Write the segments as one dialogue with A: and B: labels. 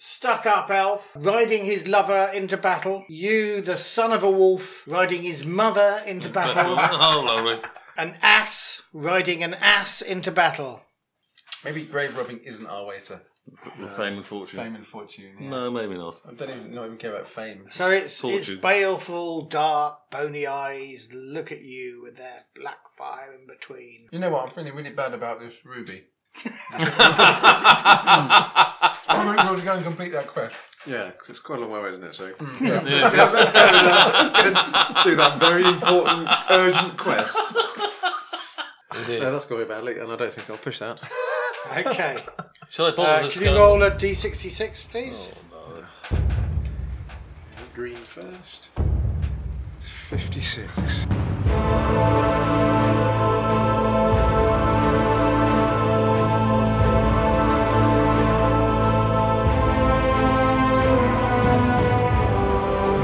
A: stuck up elf riding his lover into battle, you, the son of a wolf, riding his mother into battle,
B: oh, lovely.
A: an ass riding an ass into battle.
C: Maybe grave robbing isn't our way to
B: Fame and fortune.
C: fame and fortune. yeah.
B: No, maybe not.
C: I don't even, not even care about fame.
A: So it's, it's
B: Tortured.
A: baleful, dark, bony eyes look at you with their black fire in between.
C: You know what? I'm feeling really bad about this ruby. I'm going to go- go and complete that quest. Mm.
D: Yeah, 'cause it's quite a long way away, isn't it? So
C: Yeah.
D: let's, go with that. let's go and do that very important, urgent quest. No, that's going to be badly, and I don't think I'll push that.
A: Okay.
B: Shall I bother
A: Uh,
B: the
A: can
B: skull?
A: you roll a d66, please?
D: Green first. It's 56.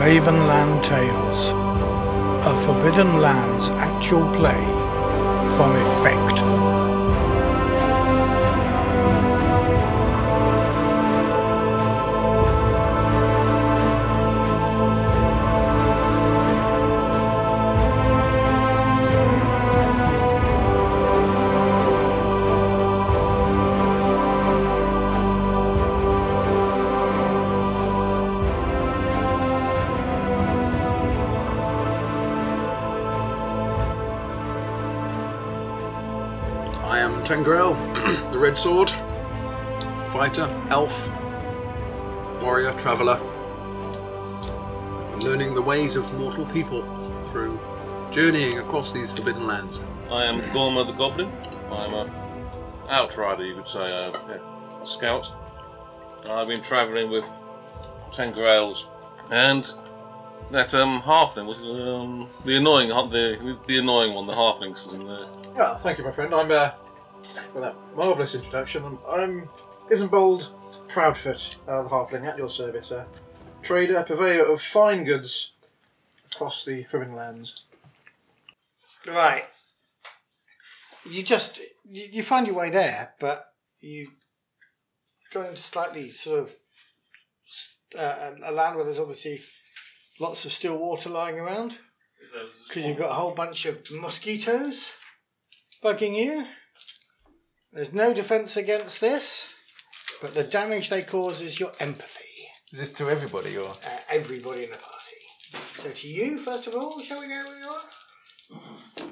A: Ravenland Tales A Forbidden Lands actual play from Effect.
D: I am Tengrel, the Red Sword, fighter, elf, warrior, traveller, learning the ways of mortal people through journeying across these forbidden lands.
B: I am Gorma the Goblin. I'm a outrider, you could say, a, yeah, scout. I've been travelling with ten grails and that um halfling was um, the annoying the the annoying one, the halfling. Uh,
D: Yeah, Ah, thank you, my friend. I'm uh, for that marvelous introduction. I'm, I'm Isenbold Proudfoot, uh, the halfling, at your service. Uh, trader, purveyor of fine goods across the Forbidden Lands.
A: Right. You just you, you find your way there, but you go into slightly sort of s- uh, a a land where there's obviously lots of still water lying around because you've got a whole bunch of mosquitoes bugging you. There's no defense against this, but the damage they cause is your empathy
C: Is this to everybody or?
A: uh, everybody in the party. So to you, first of all, shall we go with yours?
C: No.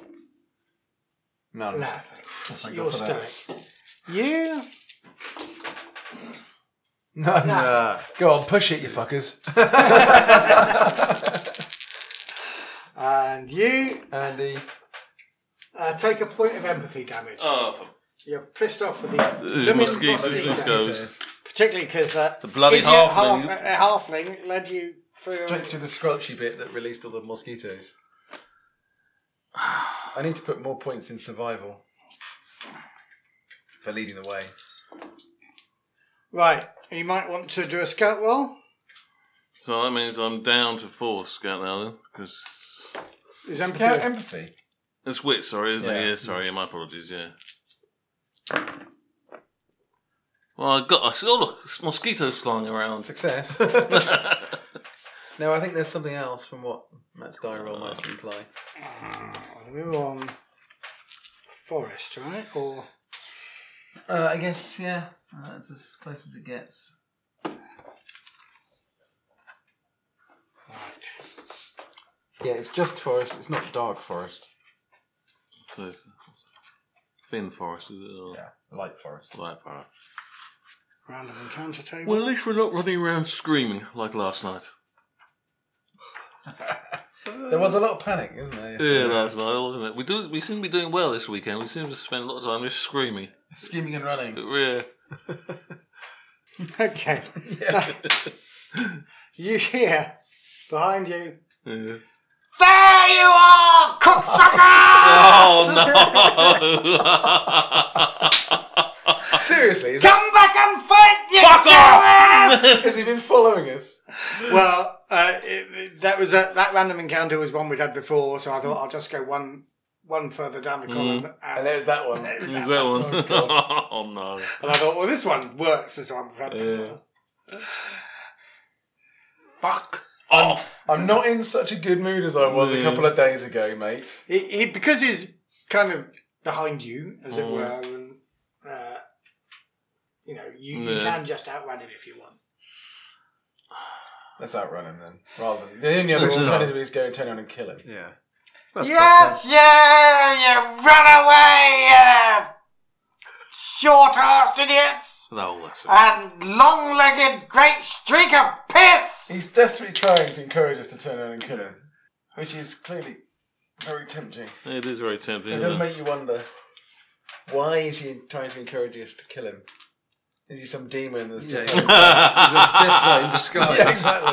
A: No, thanks.
C: Thank
A: Your
C: God for that.
A: stoic. You
C: No, no. Go on, push it, you fuckers.
A: and you
C: Andy.
A: uh, take a point of empathy damage.
B: oh,
A: You're pissed off with the
B: these
A: Lemon
B: mosquitoes,
A: mosquitoes.
B: these mosquitoes.
A: particularly because that
B: The bloody
A: idiot
B: halfling.
A: half, uh, halfling led you through.
C: Straight through the squelchy bit that released all the mosquitoes. I need to put more points in survival for leading the way.
A: Right, you might want to do a scout roll.
B: So that means I'm down to four scout now then, because
A: Is empathy?
C: Scout empathy.
B: it's wit, sorry, isn't it?
C: Yeah.
B: Yeah, sorry, yeah, my apologies, yeah. Well, I got I saw look, mosquitoes flying around.
C: Success. no, I think there's something else from what Matt's die roll might imply.
A: we Ah, were on forest, right? Or
C: Uh, I guess, yeah, that's as close as it gets. Yeah, it's just forest, it's not dark forest.
B: So, it's- Thin Forest, is it? Or
C: Yeah, light forest.
B: Light Forest.
A: random encounter table.
B: Well, at least we're not running around screaming like last night.
C: There was a lot of panic, isn't there?
B: Yeah, that's not isn't it? We do. We seem to be doing well this weekend. We seem to spend a lot of time just screaming.
C: Screaming and running.
B: Yeah.
A: Okay. you hear behind you.
B: yeah.
A: There you are, cockfucker!
B: Oh no!
C: Seriously, is
A: Come back and fight you!
B: Fuck off!
C: has he been following us?
A: Well, uh, it, it- that was a, that random encounter was one we'd had before, so I thought I'll just go one one further down
B: Mm.
A: the column.
C: And
A: And,
C: there's that one.
B: Is that one? Oh, no!
A: and I thought, well, this one works as one we've had
B: Yeah.
A: before.
B: Fuck off.
C: I'm not in such a good mood as I was a couple of days ago, mate.
A: He, he because he's kind of behind you, as
B: Mm.
A: it were, and uh, you know you, you
B: Yeah.
A: can just outrun him if you want.
C: Let's outrun him then. Rather than the only other
B: Let's not.
C: alternative is go turn around and kill him.
B: Yeah.
A: yes, yeah, you run away, you short-arsed idiots,
B: No, that's it.
A: and long-legged great streak of piss.
C: He's desperately trying to encourage us to turn around and kill him, which is clearly very tempting.
B: It is very tempting.
C: It
B: Isn't
C: does
B: it?
C: make you wonder why is he trying to encourage us to kill him? Is he some demon that's just
E: Yeah.
C: like,
E: He's a death knight in disguise.
C: yeah, exactly.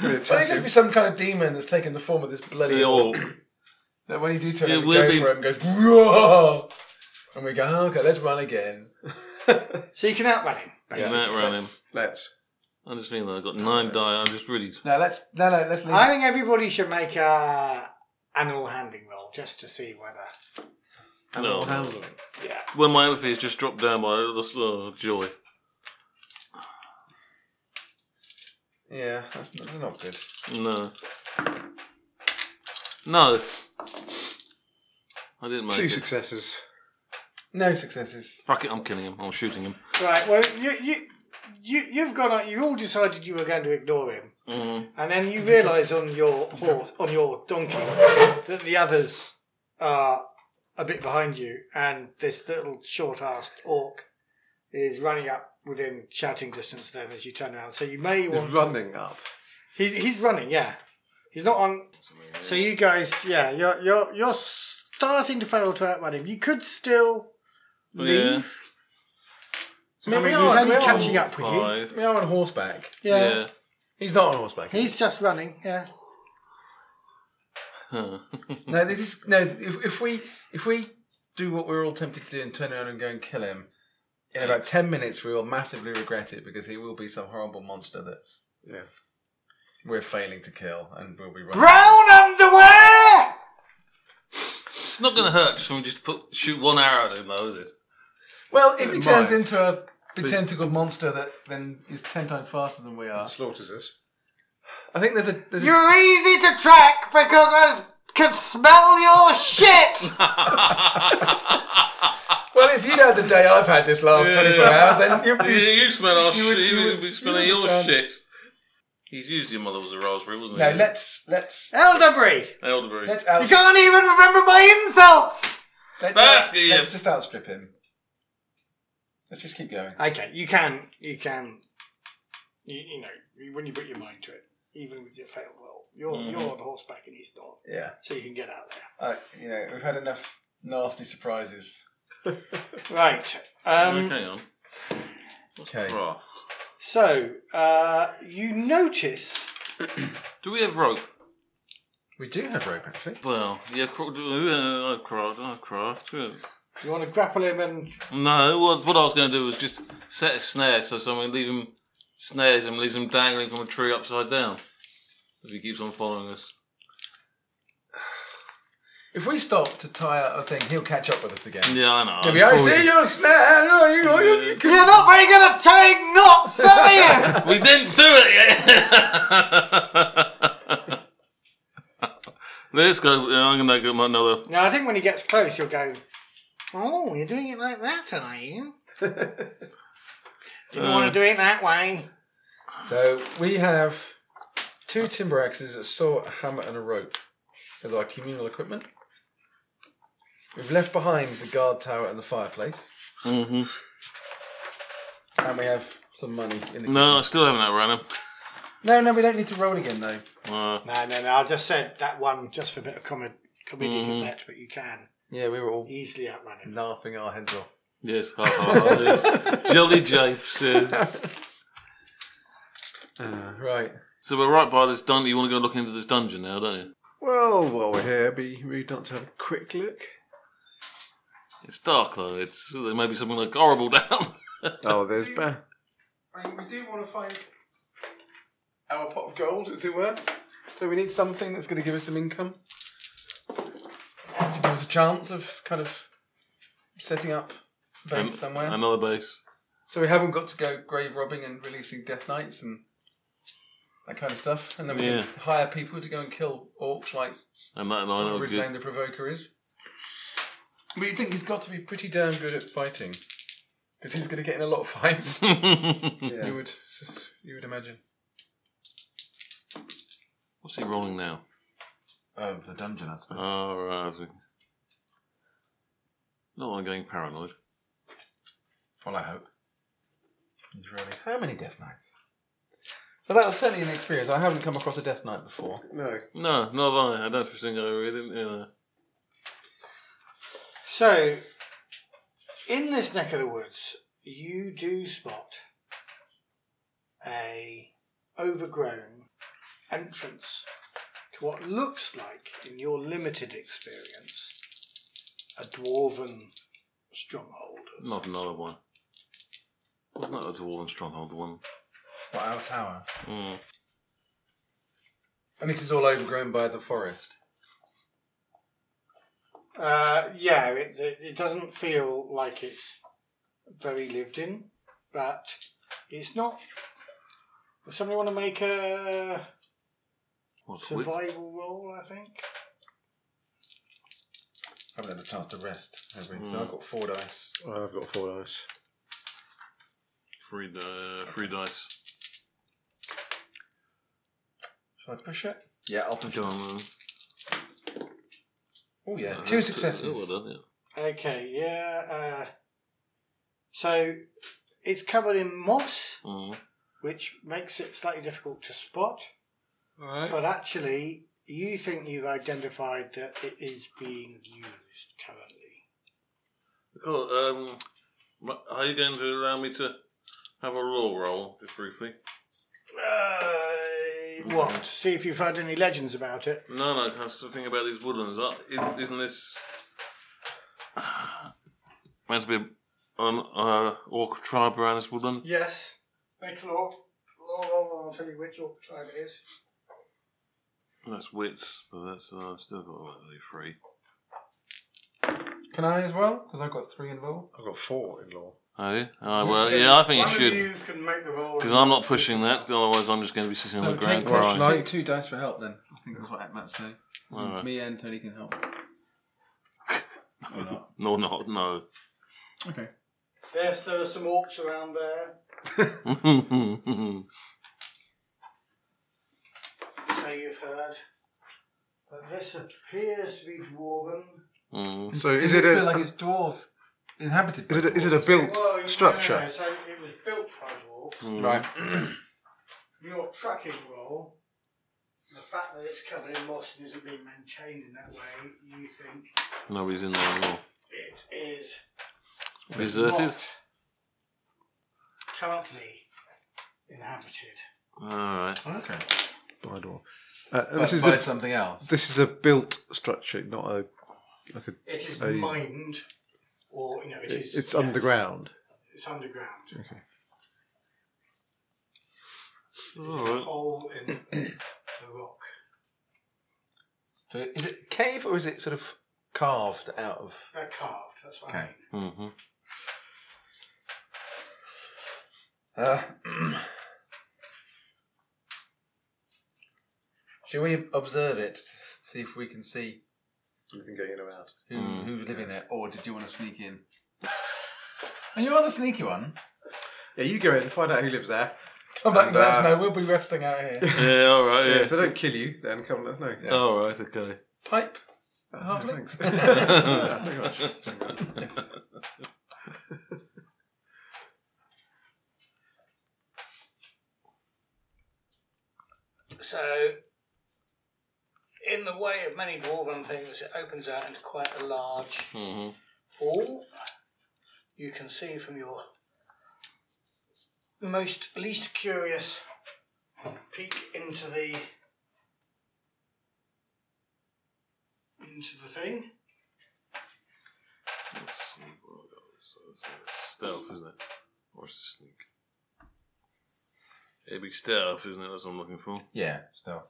E: Really
C: Why
E: attractive.
C: just be some kind of demon that's taken the form of this bloody
B: The old-
C: That when you do turn
B: It
C: him,
B: will
C: go
B: be-
C: for him, goes "Whoa!" and we go, "Oh, okay, let's run again.
A: So you can outrun him.
B: Isn't that right, him?
C: let's, let's
B: I just think that I've got nine die. I'm just really.
C: no, let's no, no, let's leave.
A: I think everybody should make a animal handling roll just to see whether.
B: No.
A: Yeah.
B: When my empathy has just dropped down by a little oh, joy.
C: yeah, that's, that's not good.
B: No. No. I didn't make
E: Two
B: it.
E: successes.
C: No successes.
B: Fuck it, I'm killing him. I'm shooting him.
A: Right. Well, you you. You, you've gone. on- You all decided you were going to ignore him,
B: Mm.
A: and then you realise on your horse, on your donkey, that the others are a bit behind you, and this little short-assed orc is running up within shouting distance of them as you turn around. So you may
E: He's
A: want to-
E: running up.
A: He, he's running, yeah. He's not on. So you guys, yeah, you're you're you're starting to fail to outrun him. You could still
B: Yeah.
A: leave. I mean,
C: we
A: he's
C: are-
A: only
C: we are
A: catching up with you.
B: Five.
C: We are on horseback.
A: Yeah.
C: He's not on horseback.
A: he's just running. Yeah,
B: Huh.
C: No, this is no. If, if we if we do what we're all tempted to do and turn around and go and kill him, in about ten minutes we will massively regret it because he will be some horrible monster that's
E: Yeah.
C: we're failing to kill and we'll be running.
A: brown underwear.
B: it's not going to hurt just from just put shoot one arrow at him, though, is it?
C: Well, if he
E: Never
C: turns
E: mind.
C: into a tentacled monster that then is ten times faster than we are,
E: Slaughters us.
C: I think there's a there's a,
A: You're easy to track because I s- can smell your shit.
C: well. If you'd had the day I've had this last twenty four hours, then you'd
B: You,
C: be.
B: you smell our
C: You
B: shit.
C: would-
B: You,
C: you
B: would
C: would-
B: be
C: you
B: smelling
C: would
B: your
C: understand.
B: shit. He's used your mother was a raspberry, wasn't
C: No,
B: he?
C: let's let's
A: Elderberry.
B: Elderberry.
C: let's
A: You
C: out.
A: can't even remember my insults.
C: Let's,
B: That's
C: out-
B: good.
C: let's just outstrip him. Let's just keep going.
A: Okay, you can, you can, you, you know, you- when you put your mind to it, even with your failed roll, you're you're on horseback and he's not,
C: Yeah.
A: so you can get out there.
C: Uh, you know, we've had enough nasty surprises.
A: Right. Um,
B: okay, hang on.
C: Okay.
B: Right.
A: So uh, you notice
B: Do we have rope?
C: We do have rope, actually.
B: Well, yeah, cra- do- uh, I craft, I craft. yeah.
A: you want to grapple him and
B: No, what, what I was going to do was just set a snare so someone leave him snares him, leaves him dangling from a tree upside down. If he keeps on following us.
C: If we stop to tie out a thing, he'll catch up with us again.
B: Yeah, I know.
C: He'll be, I see your snare. oh, you- oh, you- you can-"
A: you're not very good at tying knots, are you?
B: We didn't do it yet. Let's go. I'm going to get my another.
A: no, I think when he gets close, he'll go. Oh, you're doing it like that, are you?
B: Uh.
A: Didn't want to do it that way.
C: So we have two timber axes, a saw, a hammer, and a rope as our communal equipment. We've left behind the guard tower and the fireplace,
B: hmm
C: and we have some money in the.
B: No, I still haven't outrun him.
C: no, no, we don't need to roll again though.
B: Uh,
A: No, no, no. I just said that one just for a bit of comedy, comedic effect, but you can
C: Yeah, we were all
A: easily outrun him.
C: laughing our heads off. Uh,
B: yes, ha, ha, ha, yes. Jolly japes. yeah.
C: Right.
B: So we're right by this dungeon. You want to go look into this dungeon now, don't you?
E: Well, while we're here, it'd be rude not to have a quick look.
B: It's dark though. It's there may be something like horrible down.
E: Oh, there's bear.
C: I mean, we do want to find our pot of gold, as it were. So we need something that's going to give us some income to give us a chance of kind of setting up base somewhere.
B: Another base.
C: So we haven't got to go grave robbing and releasing death knights and that kind of stuff. And then we
B: Yeah.
C: can hire people to go and kill orcs like
B: And that and I know
C: Ridlane
B: Oh, good.
C: the Provoker is. But you think he's got to be pretty damn good at fighting. Because he's going to get in a lot of fights. You would, you would imagine.
B: What's he rolling now?
F: Of the dungeon, I suppose.
B: Oh, right. I think- Not I'm going paranoid.
F: Well, I hope. He's really. How many death knights?
C: But that was certainly an experience. I haven't come across a death knight before.
D: No.
B: No, not I. I don't think I really. Yeah.
A: So, in this neck of the woods, you do spot a overgrown entrance to what looks like, in your limited experience, a dwarven stronghold. of
B: Not
A: some
B: another one. Wasn't that a dwarven stronghold one?
F: What, our tower?
B: Mm.
C: And this is all overgrown by the forest.
A: Uh, yeah, it, it it doesn't feel like it's very lived in, but it's not. Does somebody want to make a
B: What's with?
A: survival roll? I think.
C: I haven't had a chance to rest. have we? So
B: Mm.
C: I've got four dice.
D: Oh, I've got four dice.
B: Three, di- uh, three dice.
C: Shall I push it?
F: Yeah, I'll
B: Go on, then.
C: Oh yeah,
B: Uh,
C: two
B: Oh,
C: successes.
B: well done, yeah.
A: Okay, yeah. Uh, so it's covered in moss,
B: Mm.
A: which makes it slightly difficult to spot.
D: Alright.
A: But actually, you think you've identified that it is being used currently.
B: Oh, um, m- are you going to allow me to have a raw roll, just briefly?
A: Uh, what? See if you've heard any legends about it.
B: No, no, 'cause the thing about these woodlands. uh, i- Isn't this meant to be an uh, orc tribe around this woodland?
A: Yes. Make a law. Law roll, and I'll tell you which orc tribe it is.
B: That's wits, but that's uh, I've still got only three.
C: Can I as well? Because I've got three involved.
D: I've got four in law.
B: Oh, yeah? Oh, well, yeah, I think
A: One of
B: you should.
A: You can make the roll.
B: Because I'm not pushing that, otherwise I'm just going to be sitting on the ground
C: take,
B: crying.
C: take two dice for help then. I think that's what Matt's saying.
B: All right.
C: Me and Tony can help. or not.
B: No, not,
C: Okay.
A: Yes, there are some orcs around there.
B: no.
A: So you've heard. But this appears to be dwarven.
B: Mm.
D: So
C: Does
D: is
C: it,
D: it
C: feel
D: a
C: like it's dwarf inhabited?
D: is
C: by
D: it a, is it a
C: dwarves?
D: built
A: Well, no, no,
D: structure?
A: so it was built by dwarves.
B: Mm.
C: right?
A: Your tracking roll, the fact that it's covered in moss and isn't being maintained in that way, you think
B: Nobody's in there anymore.
A: it is
B: Deserted?
A: not currently inhabited.
B: Alright.
F: Okay.
D: By door. Uh, and
C: This
D: this is
C: by
D: a
C: something else.
D: this is a built structure, not a like a.
A: It is
D: Oh, yeah.
A: mined, or you know, it is.
D: It's
A: yeah,
D: underground.
A: It's underground. There's a
B: Alright.
A: hole in the rock.
C: So is it cave or is it sort of carved out of?
A: They're carved. That's what I
C: Okay.
A: mean.
B: Mm-hmm.
C: Uh, Shall we observe it to s- see if we can see
D: You can get in and out.
C: who,
B: Hmm.
C: who's living there, or did you want to sneak in? And Oh, you are the sneaky one.
F: Yeah, you go in and find out who lives there.
C: Come back and let us
F: And, uh,
C: know. We'll be resting out here.
B: Yeah,
D: Oh,
B: alright, yeah.
F: don't kill you, then come let us know. Yeah.
B: Alright, okay.
C: Pipe.
F: Oh,
C: Lovely.
F: thanks.
A: So, in the way of many dwarven things, it opens out into quite a large
B: hmm
A: hall. You can see from your most least curious peek into the into the thing.
B: Stealth, isn't it? Or is it sneak? It'd be stealth, isn't it? That's what I'm looking for.
F: yeah, still.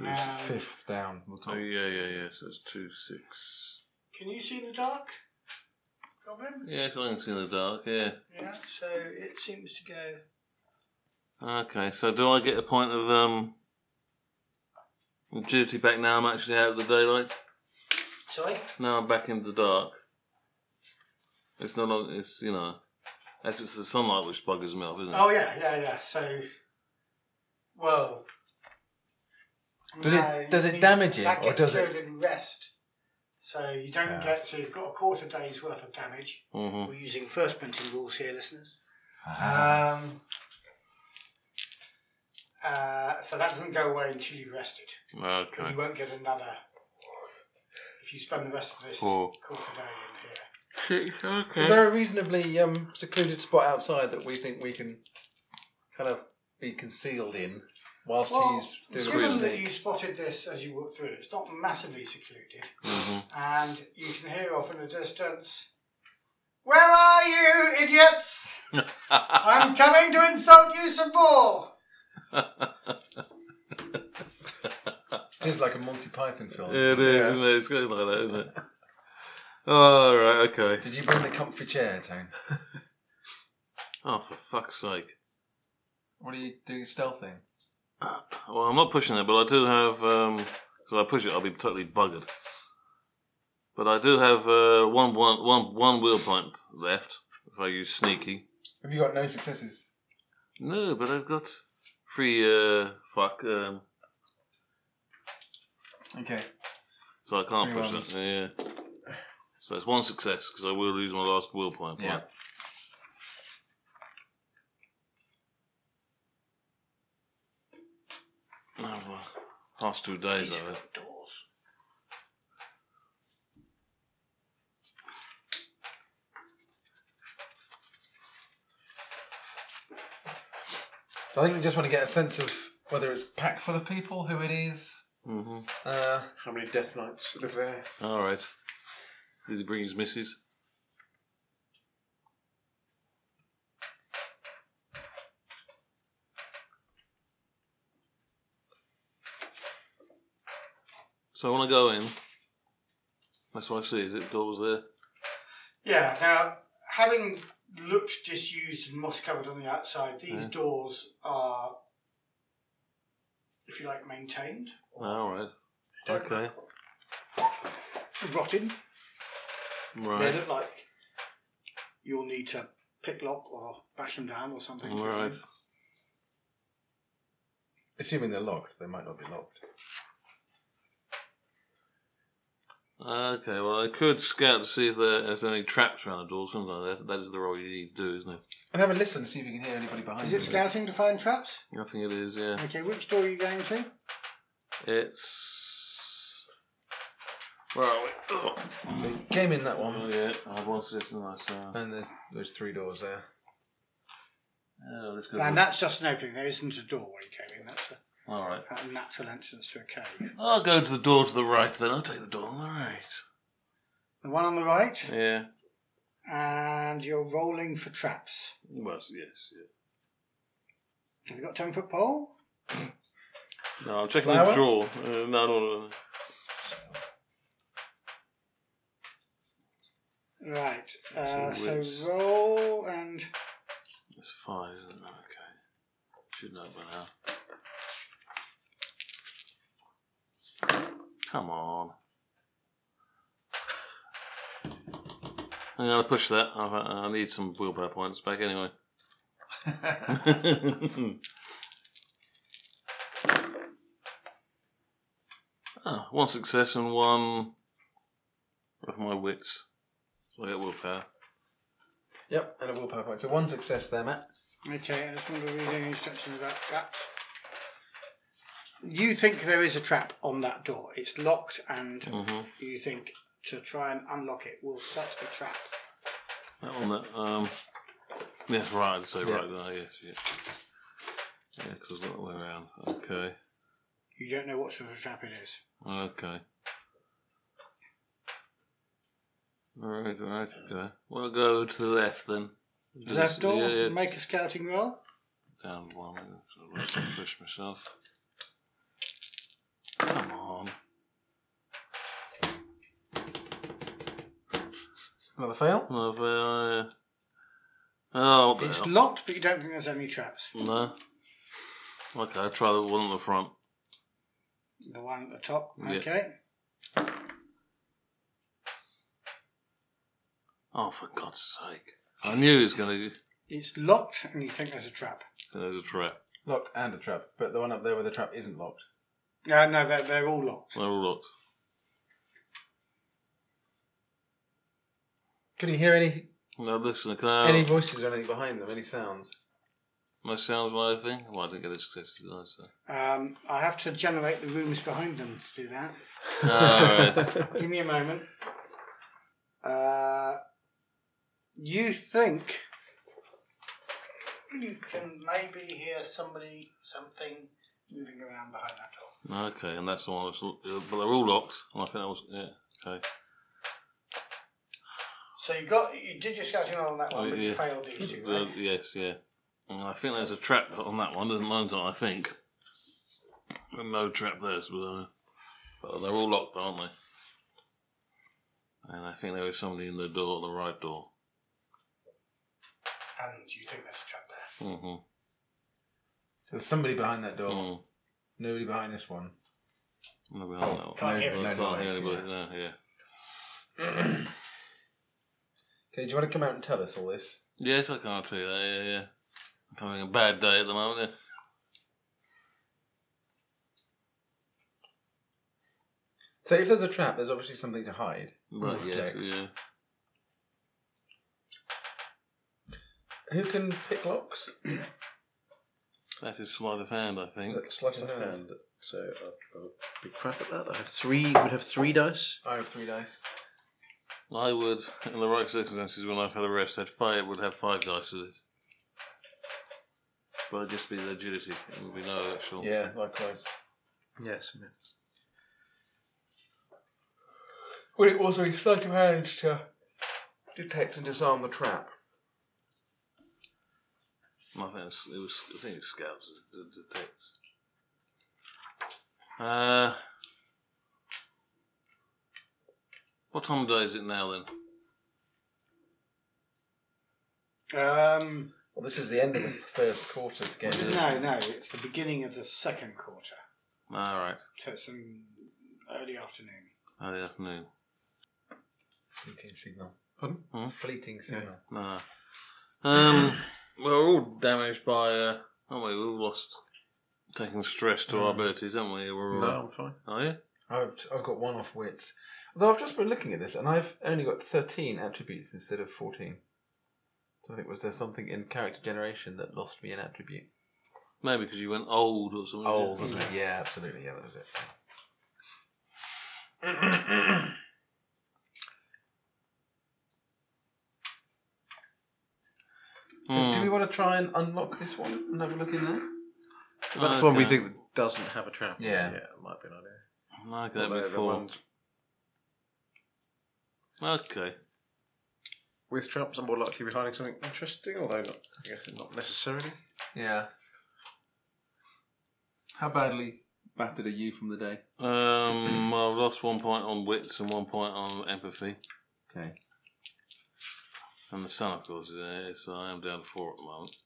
A: Now,
F: Fifth down.
B: Oh, yeah, yeah, yeah. So it's two, six.
A: can you see in the dark? Goblin?
B: Yeah, so I can see in the dark, yeah.
A: Yeah, so it seems to go.
B: Okay, so do I get a point of um agility back now? I'm actually out of the daylight.
A: Sorry?
B: Now I'm back in the dark. It's no longer. It's you know, as it's the sunlight which buggers me up, isn't it?
A: Oh, yeah, yeah, yeah. So. Well.
G: Does it-
A: no,
G: does
A: you
G: it
A: need-
G: damage it,
A: That
G: or
A: gets
G: does it-
A: loaded in rest. So you don't
C: Yeah.
A: get. So you've got a quarter day's worth of damage.
B: hmm
A: We're using first printing rules here, listeners.
C: Ah.
A: Um, uh, so that doesn't go away until you've rested. And
B: Mm-hmm. Okay.
A: You won't get another if you spend the rest of this
B: Four.
A: quarter day in here.
G: Is there a reasonably um, secluded spot outside that we think we can kind of be concealed in whilst he's doing his
A: given that
G: thing?
A: you spotted this as you walked through, it's not massively secluded,
B: hmm
A: and you can hear off in the distance. Where are you, idiots? I'm coming to insult you some more.
G: It is like a Monty Python film.
B: It is, isn't it? It's good like that, isn't it? All right. Okay.
G: Did you bring the comfy chair, Tone?
B: Oh, for fuck's sake.
G: What are you doing stealth thing?
B: Well, I'm not pushing it, but I do have. Um, so I push it, I'll be totally buggered. But I do have uh, one, one, one, one wheel point left if I use sneaky.
G: Have you got no successes?
B: No, but I've got three. Uh, fuck. Um,
G: Okay.
B: so I can't
G: Three
B: push
G: ones.
B: it. Yeah. So it's one success because I will lose my last wheel point.
G: Yeah.
B: right? Oh, well, Past two days, I've had.
G: So I think we just want to get a sense of whether it's packed full of people, who it is.
B: Mm-hmm.
G: Uh,
D: How many death knights live there?
B: All right. Did he bring his missus? So when I go in, that's what I see. Is it doors there?
A: Yeah. Now, having looked disused and moss covered on the outside, these
B: Yeah.
A: doors are, if you like, maintained.
B: All right. Okay.
A: Rotten. They
B: Right.
A: look like you'll need to pick lock or bash them down or something.
B: All right.
G: assuming they're locked, they might not be locked.
B: Okay. Well, I could scout to see if there's any traps around the doors. Couldn't I? That, that is the role you need to do, isn't it?
G: And have a listen, see if you can hear anybody behind
A: Is
G: you.
A: it scouting to find traps?
B: I think it is. Yeah.
A: Okay, which door are you going to?
B: It's. Where are we? Oh,
G: So you came in that one,
B: oh, yeah, I had one suggestion that I saw.
G: and there's there's three doors there.
B: Oh, let's go.
A: And that's just an opening. There isn't a door where you came in. That's a,
B: All right.
A: a natural entrance to a cave.
B: I'll go to the door to the right then. I'll take the door on the right.
A: The one on the right,
B: Yeah.
A: and you're rolling for traps.
B: Well, yes, yeah.
A: Have you got ten foot pole?
B: No, I'm checking
G: Flower?
B: the drawer. Uh, no, no, no.
A: Right. Uh,
B: So
A: so
B: whips.
A: roll and
B: It's five, isn't it? Okay. Should know by now. Come on. I'm going to push that. I've, uh, I need some willpower points back anyway. Ah, one success and one of my wits. So I get willpower.
G: Yep, and a willpower point. So one success there, Matt.
A: Okay, I just want to read any instructions about traps. You think there is a trap on that door. It's locked, and
B: hmm
A: you think to try and unlock it will set a trap.
B: That one, that, um, yes, right, I'd say
G: Yeah.
B: right there, yes, yes. Yeah, because that way around. Okay,
A: You don't know what sort of trap it is.
B: okay. Alright, alright, okay. We'll go to the left then. Do
A: Left
B: this-
A: door,
B: Yeah, yeah.
A: make a scouting roll.
B: Down one, so I can push myself. Come on.
C: Another fail.
B: I've, uh, oh, what the
A: It's
B: hell?
A: locked, but you don't think there's any traps.
B: No. Okay, I'll try the one at the front.
A: The one at the top.
B: Yeah.
A: Okay.
B: Oh, for God's sake. I knew it was going to
A: It's locked, and you think there's a trap.
B: there's a trap.
C: Locked and a trap, but the one up there where the trap isn't locked.
A: No, Uh, no, they're, they're all locked.
B: They're all locked.
C: Could you hear any
B: No, listen, can I
C: any voices or anything behind them? Any sounds?
B: no sounds my thing? Well, I didn't get a success, did I? So.
A: Um, I have to generate the rooms behind them to do that.
B: Alright.
A: Give me a moment. Uh, you think you can maybe hear somebody, something moving around behind that door?
B: okay, and that's the one that's. But they're all locked. And I think that was. Yeah, okay.
A: So you got you did your scouting roll on that one,
B: Oh,
A: but you
B: yeah.
A: failed these two.
B: Uh,
A: Right?
B: yes, yeah. And I think there's a trap on that one, doesn't mine, I think. And no trap there, so, uh, but they're all locked, aren't they? And I think there is somebody in the door, the right door.
A: And you think there's a trap there?
B: hmm
C: So there's somebody behind that door.
B: Mm.
C: Nobody behind this one.
B: No, we aren't.
C: Oh,
A: Can't hear
B: No,
A: it.
B: I
C: no,
B: can't
C: no,
B: hear
C: no.
B: anybody. No, yeah.
C: Okay, do you want to come out and tell us all this?
B: Yes, I can't tell you that. Yeah, yeah. I'm having a bad day at the moment. Yeah.
C: So if there's a trap, there's obviously something to hide.
B: Right,
C: Mm,
B: yes,
C: okay.
B: yeah.
C: Who can pick locks?
B: That is sleight of hand, I think.
C: Sleight of hand.
D: So I'll, I'll be crap at that. I have three. Would have three dice.
C: I have three dice.
B: I would, in the right circumstances, when I've had a rest, had five, would have five dice with it. But it'd just be the agility. It would be no actual.
C: Yeah, likewise.
D: Yes. yeah.
C: Would it also be sleight of hand to detect and disarm the trap?
B: I think it's, it was. I think it's scouts to detect. Uh, what time of day is it now then?
A: Um,
C: Well, this is the end of the first quarter to get it.
A: no, no, it's the beginning of the second quarter,
B: All Ah, right,
A: so it's in early afternoon.
B: early afternoon.
C: Fleeting signal.
D: Pardon?
B: Hmm?
C: Fleeting signal.
B: No. Um, we're all damaged by, uh, aren't we? We've lost, taking stress to our abilities, haven't we? We're all,
D: No, I'm fine.
B: Are you?
C: I've, I've got one off wits. Although I've just been looking at this and I've only got 13 attributes instead of 14. So I think, was there something in character generation that lost me an attribute?
B: Maybe because you went old or something.
C: Oh, wasn't it? Yeah, absolutely. Yeah, that was it. So
B: Hmm.
C: do we want to try and unlock this one and have a look in there?
D: That's the one we
B: Okay.
D: think that doesn't have a trap.
C: Yeah.
D: Yeah, it might be an idea.
B: Like that
D: Although the
B: before.
D: ones
B: Okay.
D: with traps are more likely to be hiding something interesting, although not, I guess not necessarily.
C: Yeah. How badly battered are you from the day?
B: Um, I've lost one point on wits and one point on empathy,
C: Okay.
B: and the sun, of course, is there, so I am down to four at the moment.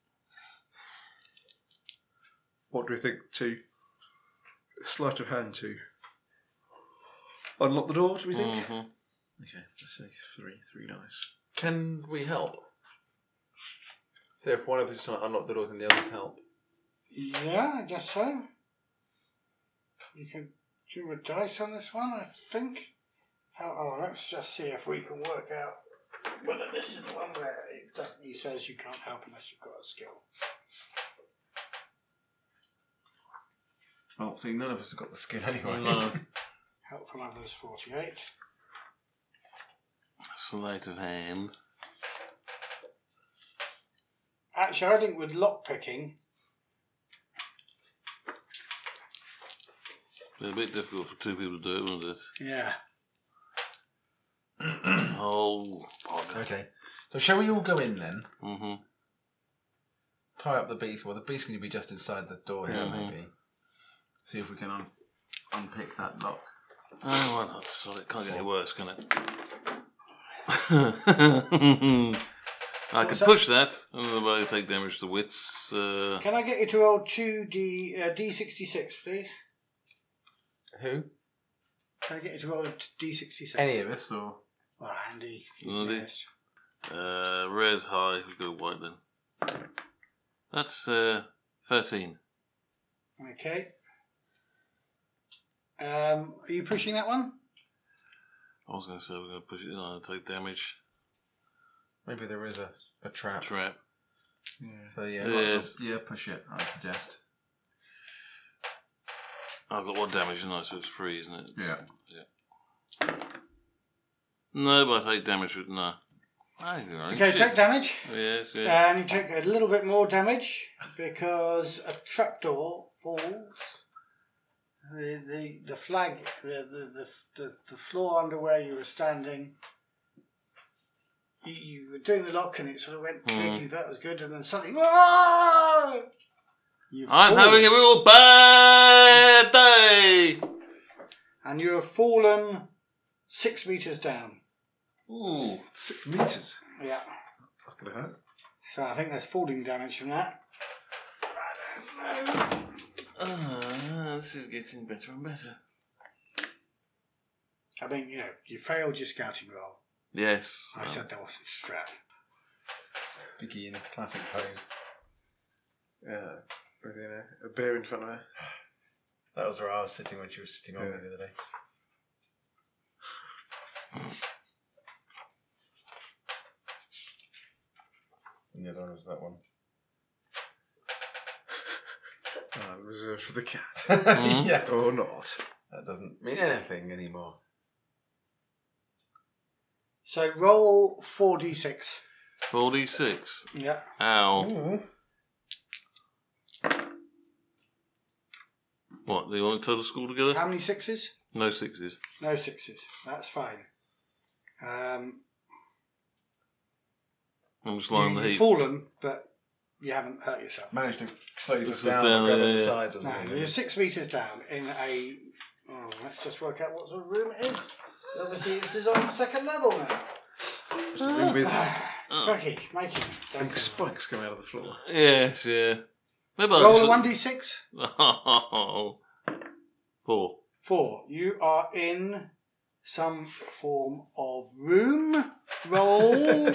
D: What do we think to sleight of hand to unlock the door? Do we think?
C: Mm.
B: Mhm.
D: Okay, let's say three, three dice.
C: Can we help? So if one of us is trying to unlock the door, can the others help?
A: Yeah, I guess so. You can do a dice on this one, I think. How, oh, let's just see if we can work out whether this is the one where it definitely says you can't help unless you've got a skill.
C: Oh, see, none of us have got the skill anyway.
B: No,
A: Help from others, 48.
B: sleight of hand.
A: Actually, I think with lockpicking,
B: They're a bit difficult for two people to do it, wasn't it?
A: yeah.
B: oh, bother.
C: Okay. So shall we all go in then?
B: hmm
C: Tie up the beast. Well, the beast can be just inside the door here,
B: Mhm.
C: maybe. See if we can un- unpick that lock.
B: Oh, why not? Sorry, it can't get any worse, can it? I could
A: that?
B: push that, and I take damage to wits. Uh,
A: Can I get you to roll two D uh, D sixty six, please?
C: Who?
A: Can I get you to roll a D sixty six?
C: Any of us, or
A: Well, Andy.
B: Andy.
A: Yes.
B: uh, red high, we go white then. That's uh, 13.
A: Okay. Um, are you pushing that one?
B: I was going to say we're going to push it in, I take damage.
C: maybe there is a, a trap.
B: Trap.
C: So yeah,
B: Yes.
C: yeah, push it. I suggest.
B: I've got one damage, and I so it's free, isn't it?
C: Yeah.
B: No, but I take damage with no. I think you're right.
A: Okay, take damage.
B: Yes, yeah.
A: And you take a little bit more damage because a trapdoor falls. The, the, the flag, the, the, the, the, the floor under where you were standing, you, you were doing the lock and it sort of
B: Hmm.
A: went clicking, that was good, and then suddenly, Whoa! You've
B: I'm
A: fallen.
B: having a real bad day!
A: And you have fallen six metres down.
B: Ooh.
C: Six meters.
A: Yeah.
C: That's gonna hurt.
A: So I think there's falling damage from that.
B: Ah, this is getting better and better.
A: I mean, you know, you failed your scouting roll.
B: Yes.
A: I said that wasn't strap.
C: Biggie in classic pose.
D: Uh, with you know, a beer in front of her.
C: That was where I was sitting when she was sitting on me
D: Yeah.
C: the other day. And the other one was that one.
D: Uh, reserved for the cat.
B: Mhm.
C: yeah.
D: or not.
C: That doesn't mean anything anymore.
A: So roll 4d6.
B: 46.
A: Yeah.
B: Ow. What, do you want total score together?
A: How many sixes?
B: No sixes.
A: No sixes. That's fine. Um,
B: I'm just
A: you,
B: lying in the
A: have
B: heap.
A: fallen, but you haven't hurt yourself.
C: Managed to slow
B: This
C: yourself
B: is
C: down,
B: down,
C: and grab
B: yeah,
C: on the
B: yeah.
C: sides or
A: Now,
C: something.
A: you're six metres down in a. Oh, let's just work out what sort of room it is. Obviously, this is on the second level now.
D: Just a room
C: Ah.
D: with
B: Oh,
A: Cracky, make it.
D: big spikes coming out of the floor.
B: Yes, yeah. Maybe I'll
A: Roll
B: just-
A: a 1d6.
B: Four.
A: Four. You are in some form of room. Roll.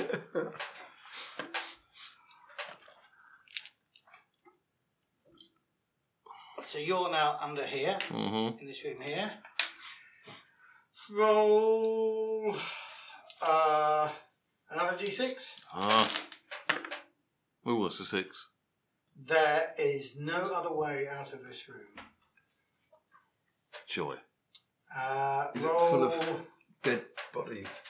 A: so you're now under here,
B: Mm-hmm.
A: in this room here. Roll uh, another d6.
B: Ah. Ooh, what's the six?
A: There is no other way out of this room.
B: Joy.
A: Uh,
C: Is it
A: roll,
C: full of- Dead bodies.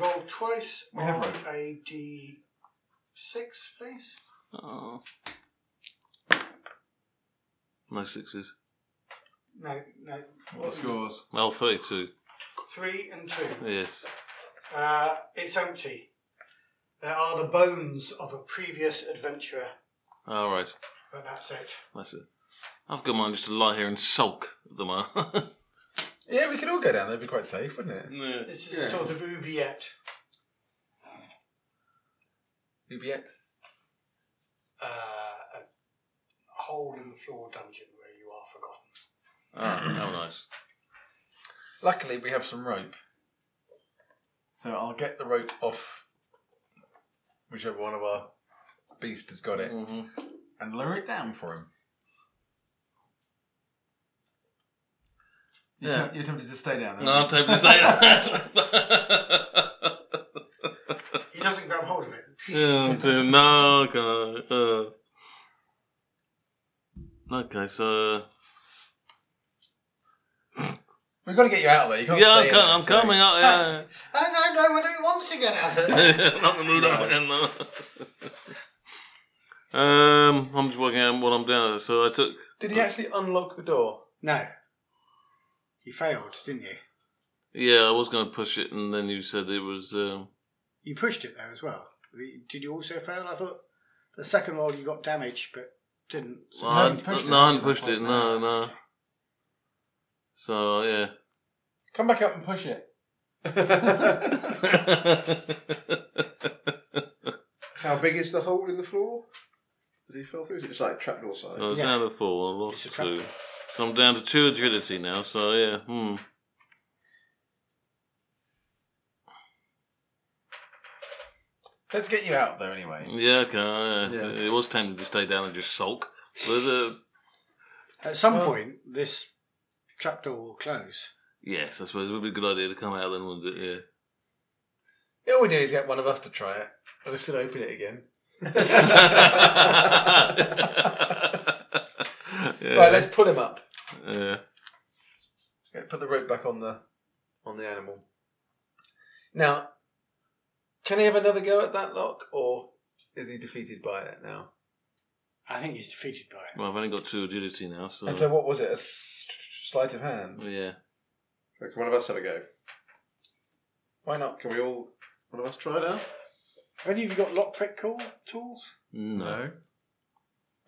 A: roll twice
C: We have
A: on
C: rope.
A: a d6, please.
B: Oh. No sixes.
A: No, no.
C: What scores?
B: Oh, 32.
A: Three and two.
B: Yes.
A: Uh, it's empty. There are the bones of a previous adventurer,
B: All right.
A: but that's it.
B: That's it. I've got mine just to lie here and sulk at the moment.
C: Yeah, we could all go down there. It'd be quite safe, wouldn't it?
B: yeah.
A: This is sort of oubliette.
C: Oubliette.
A: Uh, a hole in the floor dungeon where you are forgotten.
B: Ah, how nice.
C: Luckily, we have some rope. So I'll get the rope off whichever one of our beasts has got it
B: Mhm.
C: and lower it down for him. You're,
B: Yeah.
C: temp- you're tempted to stay down there.
B: No, I'm tempted to say that.
A: He doesn't grab hold of it.
B: yeah, I'm too- no, okay. Uh, okay, so.
C: We've got to get you out of there. You can't
B: yeah, I'm,
C: stay
B: co-
C: in there,
B: I'm
C: so-
B: coming up, yeah.
A: I don't know whether he wants to get out of it.
B: Not gonna do that again, no. Um, I'm just working out what I'm down at. So I took.
C: Did he actually unlock the door?
A: No. You failed, didn't you?
B: Yeah, I was going to push it, and then you said it was. Um,
A: You pushed it though as well. Did you also fail? I thought the second roll you got damage, but didn't.
B: well, I
C: you
B: hadn't-
C: pushed it,
B: no, I hadn't
C: actually,
B: pushed it. No, no. So yeah.
C: Come back up and push it.
D: How big is the hole in the floor that he fell through? Is it just like trapdoor size?
B: so
A: Yeah.
B: down to four. I lost
A: It's a trap
B: two. So I'm down to two agility now. So yeah, hmm.
C: Let's get you out though, anyway.
B: Yeah, okay. yeah.
D: Yeah.
B: It was tempting to stay down and just sulk, but uh,
A: At some
C: Well-
A: point, this trapdoor will close.
B: yes, I suppose it would be a good idea to come out then, wouldn't it? Yeah.
C: Yeah, All we do is get one of us to try it. I'll just open it again. Right,
B: yeah.
C: let's pull him up.
B: yeah.
C: Okay, Put the rope back on the on the animal. Now, can he have another go at that lock, or is he defeated by it now?
A: I think he's defeated by it.
B: Well, I've only got two agility now, so,
C: And so, what was it? A s- sleight of hand?
B: yeah.
D: Can one of us have a go?
C: Why not?
D: Can we all, one of us try now?
A: Have any of you got lockpick cool tools?
B: No,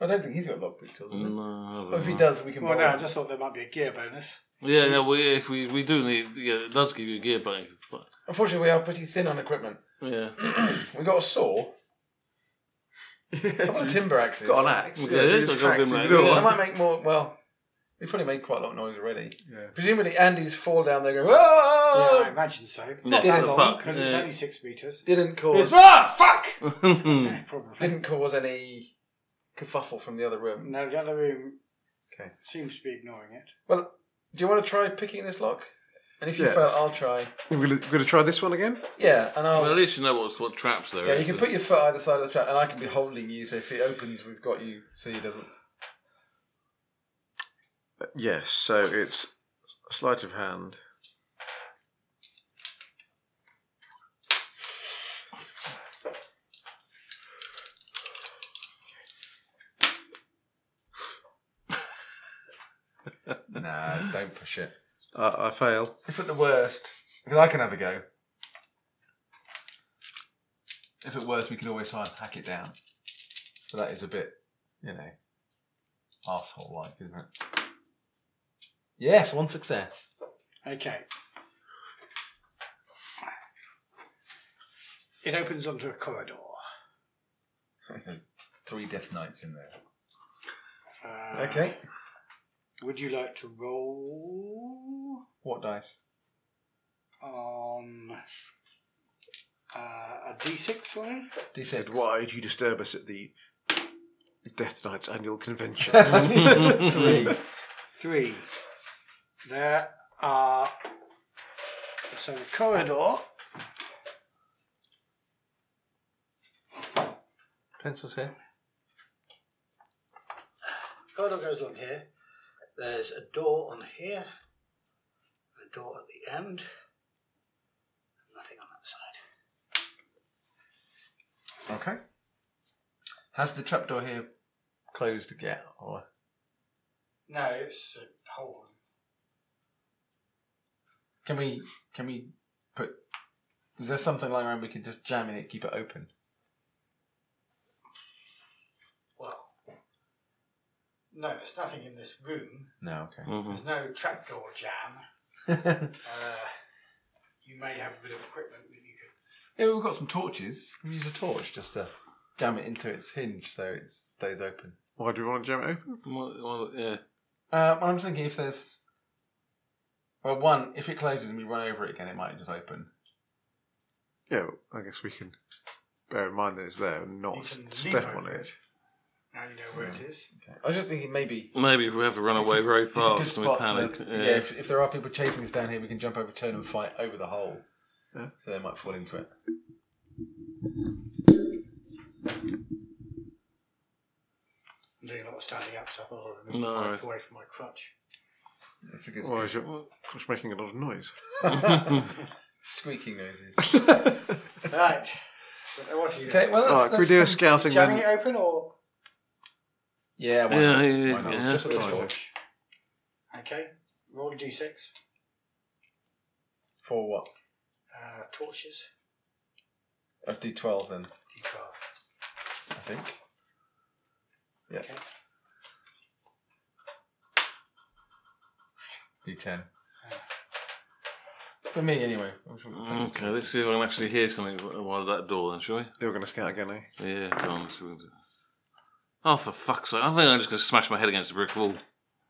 C: I don't think he's got lockpick tools.
B: Mm.
C: has he?
B: no.
C: But uh, if he
B: no.
C: does, we can.
A: Well,
C: borrow
A: no, I
C: it.
A: just thought there might be a gear bonus.
B: yeah, no. We if we we do need, yeah, it does give you a gear back. But,
C: Unfortunately, we are pretty thin on equipment.
B: yeah,
C: Mm. we got a saw, a couple of timber axes.
D: Got an axe.
B: We
D: Yeah,
B: did.
D: so you just
B: I got
D: hacked
B: him
D: through the
B: like-
D: door.
C: I might make more. Well, we probably made quite a lot of noise already.
D: Yeah.
C: Presumably, Andy's fall down there going,
A: Yeah, I
C: "Whoa!"
A: imagine so.
B: Yeah,
A: Not that
B: so
A: long,
B: fuck,
A: because it's
C: uh,
B: yeah.
A: only six metres.
C: Didn't
A: It's,
C: cause
A: ah, fuck!
C: Hmm.
A: Yeah, probably.
C: didn't cause any kerfuffle from the other room.
A: No, the other room
C: Okay.
A: seems to be ignoring it.
C: Well, do you want to try picking this lock? And if you
D: Yes.
C: fail, I'll try.
D: We're going to try this one again?
C: Yeah, and I'll.
B: well, at least you know what's what traps there.
C: yeah, you
B: is,
C: can
B: so-
C: put your foot either side of the trap, and I can be holding you. So if it opens, we've got you. So you doesn't.
D: Yes, so it's sleight of hand.
C: Nah, don't push it.
D: Uh, I fail.
C: If at the worst, because I can have a go. If at worst, we can always try and hack it down. But that is a bit, you know, asshole like, isn't it? Yes, one success.
A: Okay. It opens onto a corridor.
C: There's three Death Knights in there.
A: Uh,
C: Okay.
A: Would you like to roll
C: What dice?
A: on uh, a d6 one?
C: D6.
D: Why do you disturb us at the Death Knight's annual convention?
C: three.
A: Three. There are. So the corridor.
C: Pencils here.
A: Corridor goes along here. There's a door on here, a door at the end, and nothing on that side.
C: Okay. Has the trapdoor here closed again? Or
A: No, it's a hole.
C: can we can we put is there something lying around we can just jam in it, keep it open?
A: Well, no, there's nothing in this room.
C: No, okay.
B: Mhm.
A: There's no trapdoor jam.
C: yeah,
A: Uh, you may have a bit of equipment that you could.
C: we've got some torches. We use a torch just to jam it into its hinge so it stays open.
D: Why do we want to jam it open?
B: Mm-hmm. Well, well, yeah.
C: Uh, well, I'm thinking if there's well, one, if it closes and we run over it again, it might just open.
D: Yeah, well, I guess we can bear in mind that it's there and
A: You
D: not
A: can leap
D: step on
A: over
D: it.
A: Now you know where it is.
C: I was just thinking maybe
B: Maybe if we have to run away very fast and we panic.
C: to, yeah.
B: yeah.
C: if, if there are people chasing us down here, we can jump over, turn, and fight over the hole.
D: Yeah.
C: So they might fall into it.
A: And You're not standing up, so I thought I'd move
B: No,
A: the mic
B: right.
A: away from my crutch.
C: That's a good
D: Or is it it's making a lot of noise?
C: squeaking noises.
A: right. So what are you
C: okay,
A: doing?
C: well, that's,
D: Alright, can we
C: that's
D: do
C: fun.
D: a scouting
A: Jamming
D: then?
A: it open or
C: Yeah, why
B: Yeah,
C: not?
B: yeah,
C: Why not?
B: yeah.
C: Just with a
D: Try it.
C: torch.
A: okay? Roll a d6.
C: For what?
A: Uh, torches.
C: A d12 then,
A: D12.
C: I think. Yeah.
A: Okay.
C: D10. For me, anyway. I'm sure we'll find
B: Okay, let's see if I can actually hear something while that door, then, shall we?
D: They were going to scout again, eh?
B: Yeah, go on. see what we can do. Oh, for fuck's sake! I think I'm just going to smash my head against a brick wall.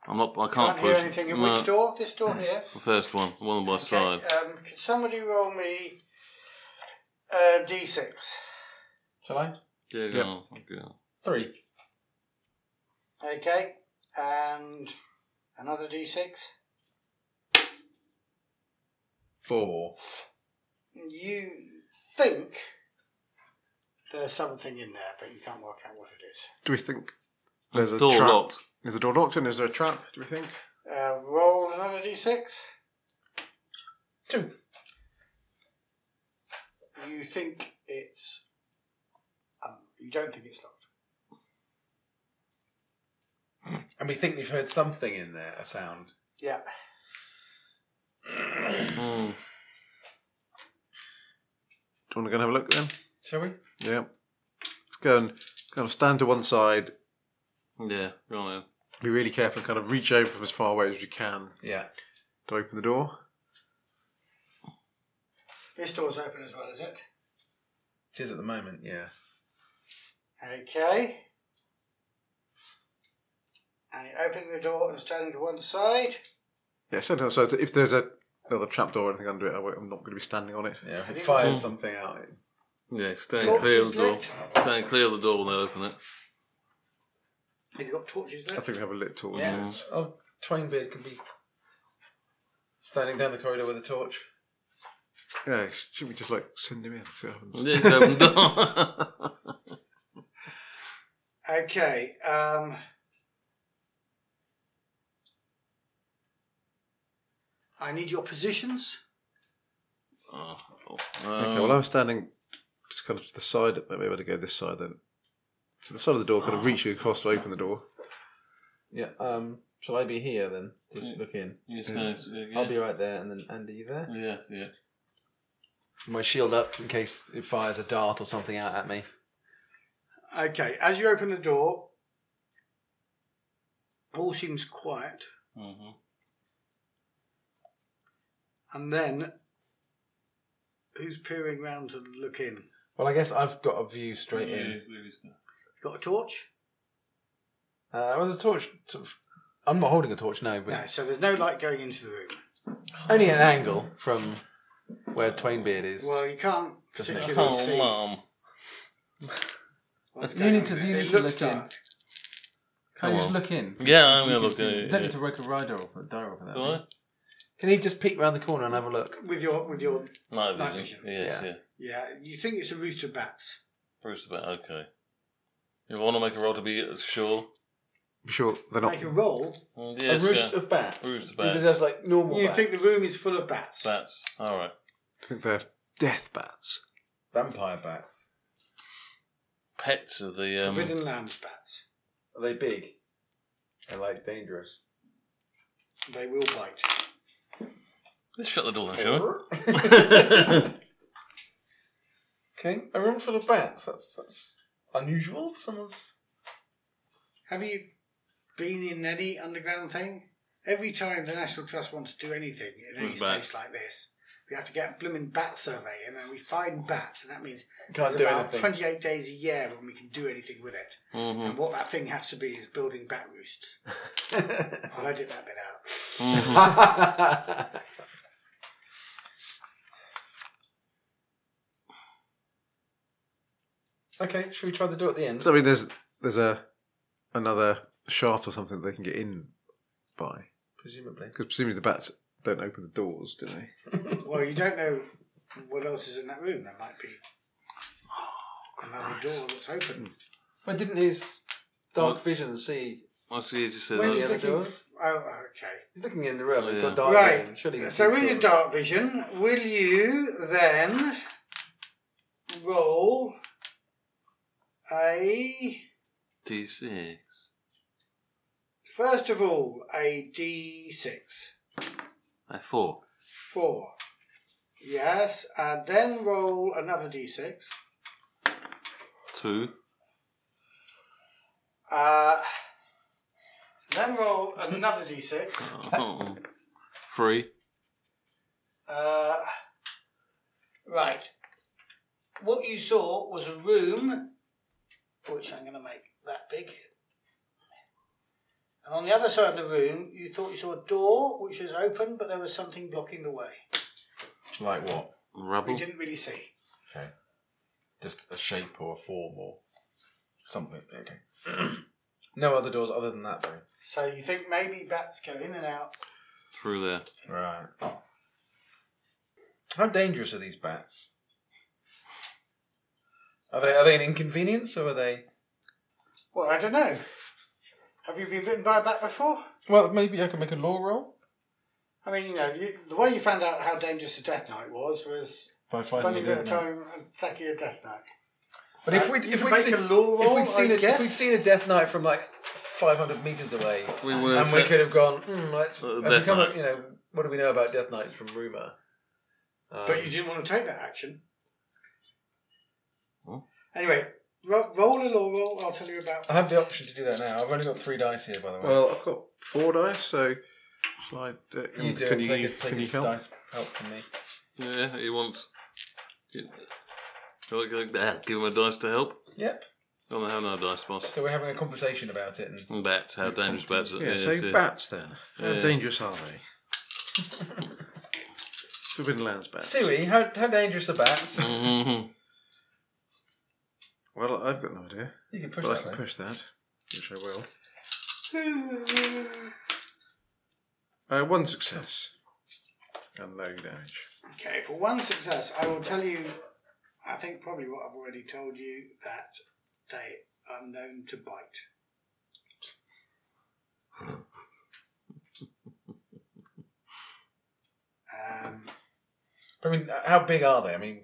B: I'm not. I can't,
A: Can't
B: push.
A: hear anything. In
B: No,
A: which door? This door here.
B: The first one, the one on my
A: Okay. Um,
B: side.
A: can somebody roll me uh, d6?
C: Shall I?
B: Yeah, go
D: Yep.
B: on. go on.
C: Three.
A: Okay, and another d6.
C: Four.
A: You think there's something in there, but you can't work out what it is.
D: Do we think there's a
B: Door
D: trap?
B: locked.
D: Is the door locked and is there a trap? Do we think?
A: Uh, roll another d6.
C: Two.
A: You think it's. Um, you don't think it's locked.
C: And we think we've heard something in there, a sound.
A: Yeah.
B: Hmm.
D: Do you want to go and have a look then?
C: Shall we?
D: Yeah. Let's go and kind of stand to one side,
B: Yeah, go on then.
D: be really careful, and kind of reach over from as far away as we can
C: Yeah.
D: to open the door.
A: This door's open as well, is it?
C: It is at the moment, yeah.
A: Okay. And you open the door and stand to one side.
D: Yeah, so, so if there's a another trap door or anything under it, I won't- I'm not going to be standing on it.
C: Yeah, if
A: Have
C: it
A: you
C: fires
B: got-
C: something out. it-
B: Yeah, staying
A: Torches
B: clear of the door.
A: lit.
B: Staying clear of the door when they open it.
A: Have you got torches
D: I
A: there?
D: think we have a lit torch.
C: Yeah. Oh, Twainbeard can be standing down the corridor with a torch.
D: Yeah, should we just like send him in? See what happens.
B: Yeah, it's open door.
A: Okay. Um, I need your positions.
B: oh, um,
D: Okay, well, I'm standing just kind of to the side. Maybe I to go this side then. To the side of the door, kind
B: Ah.
D: of reaching across to open the door.
C: Yeah, um, shall I be here then? Just look in.
B: you stand, yeah, yeah.
C: I'll be right there, and then Andy, you there?
B: yeah, yeah.
C: My shield up in case it fires a dart or something out at me.
A: Okay. As you open the door, all seems quiet,
B: Mhm.
A: and then who's peering round to look in?
C: Well, I guess I've got a view straight
B: Yeah,
C: in.
B: it's really stuck.
A: Got a torch?
C: Uh, well, the torch. Sort of, I'm not holding a torch, no, but
A: No. So there's no light going into the room.
C: only an angle from where Twainbeard is.
A: Well, you can't
C: Doesn't it?
A: particularly
B: Oh,
A: see.
B: mum.
A: what's
C: You
A: going
C: need
A: on
C: to-
A: there.
C: you
A: It
C: need to
A: looks
C: look in.
A: dark.
C: Can I just
B: Come on.
C: look in?
B: Yeah, I'm gonna
C: You can
B: look
C: see-
B: in.
C: Don't
B: yeah.
C: need to rope a rider off, a dire off of that.
B: Do I?
C: do you? Can he just peek round the corner and have a look?
A: with your with your
B: Night
A: Night
B: vision.
A: vision.
B: Yes,
C: Yeah.
B: yeah.
A: yeah. You think it's a rooster of bats?
B: Bruce about okay. If I want to make a roll to be sure,
D: I'm sure they're not.
A: Make a roll.
B: Mm, yes,
C: a roost
B: yeah.
C: of bats.
B: Roost of
C: These
B: bats.
C: are just like normal
A: You
C: bats.
A: think the room is full of bats?
B: bats. All right.
D: I think they're death bats.
C: vampire bats?
B: Pets of the um,
A: Forbidden lambs bats.
C: Are they big? They're like dangerous.
A: They will bite.
B: Let's shut the door then, shall we?
C: okay, a room full of bats. That's that's unusual for someone's.
A: Have you been in any underground thing? Every time the National Trust wants to do anything in any
B: With
A: space
B: bats.
A: like this, we have to get a blooming bat survey, and then we find bats, and that means
C: Can't
A: there's
C: do
A: about
C: anything. Hmm.
A: 28 days a year when we can do anything with it.
B: Mhm,
A: And what that thing has to be is building bat roosts. I'll edit that bit out.
B: mhm.
C: okay, should we try the door at the end?
D: So I mean, there's there's a another shaft or something they can get in by
C: Presumably.
D: because presumably the bats don't open the doors, do they?
A: Well, you don't know what else is in that room. There might be
C: Oh,
A: another door that's open.
C: But didn't his dark vision see?
B: I see. You just said
A: When
B: that.
A: he's
C: the other
A: looking
C: door?
A: f- oh, okay.
C: He's looking in the room. He's
B: Yeah.
C: got dark
A: Right.
C: vision. Surely he can
A: So,
C: see
A: with your
C: the door.
A: dark vision, will you then roll a
B: D6.
A: first of all a d6
B: Uh, four.
A: four? Yes, and then roll another d6.
B: Two.
A: Uh,
B: Uh-huh.
A: then roll another d6.
B: Oh, three.
A: Uh, right. What you saw was a room, which I'm going to make that big. And on the other side of the room, you thought you saw a door which was open, but there was something blocking the way.
C: Like what?
A: We
B: Rubble.
A: didn't really see.
C: Just a shape or a form or something. Okay. no other doors other than that, though.
A: So you think maybe bats go in and out.
B: Through there.
C: Right. How dangerous are these bats? Are they are they an inconvenience or are they?
A: Well, I don't know. Have you been bitten by a bat before?
C: Well, maybe I can make a law roll
A: I mean, you know, you, the way you found out how dangerous a death knight was was
C: by fighting
A: running
C: a
A: at a
C: dead man.
A: time and attacking a death knight.
C: But if
A: Uh,
C: we'd
A: you
C: if
A: can
C: we'd
A: make
C: seen
A: a law
C: if
A: roll,
C: we'd seen
A: I
C: a, if we'd
A: guess.
C: seen a death knight from like five hundred meters away,
B: We were.
C: and we could have gone. Mm, let's
B: Uh,
C: and
B: Death
C: become a,
B: Knight.
C: you know what do we know about death knights from rumor? Um,
A: but you didn't want to take that action.
B: Hmm.
A: Anyway, ro- roll a law roll. I'll tell you about.
C: I have the option to do that now. I've only got three dice here, by the way.
D: Well, I've got four dice, so slide. Uh,
C: you do
D: can
C: it,
D: you,
C: take a, take
D: can
C: a
D: you help?
C: dice help from me.
B: Yeah, you want. You, do I go, "Ah, give him a dice to help?
C: Yep.
B: Oh, they have no dice, boss.
C: So we're having a conversation about it, and
B: And bats, how dangerous bats are.
D: Yeah, so
B: yes, yeah.
D: bats then. How
B: Yeah.
D: dangerous are they? Forbidden Lands bats.
C: Sui, how how dangerous are bats?
B: Mhm.
D: Well, I've got no idea,
C: You can push
D: but I
C: that.
D: can
C: though.
D: push that, which I will. Uh, one success and no damage.
A: Okay, for one success, I will tell you. I think probably what I've already told you that they are known to bite. Um,
C: I mean, uh, how big are they? I mean,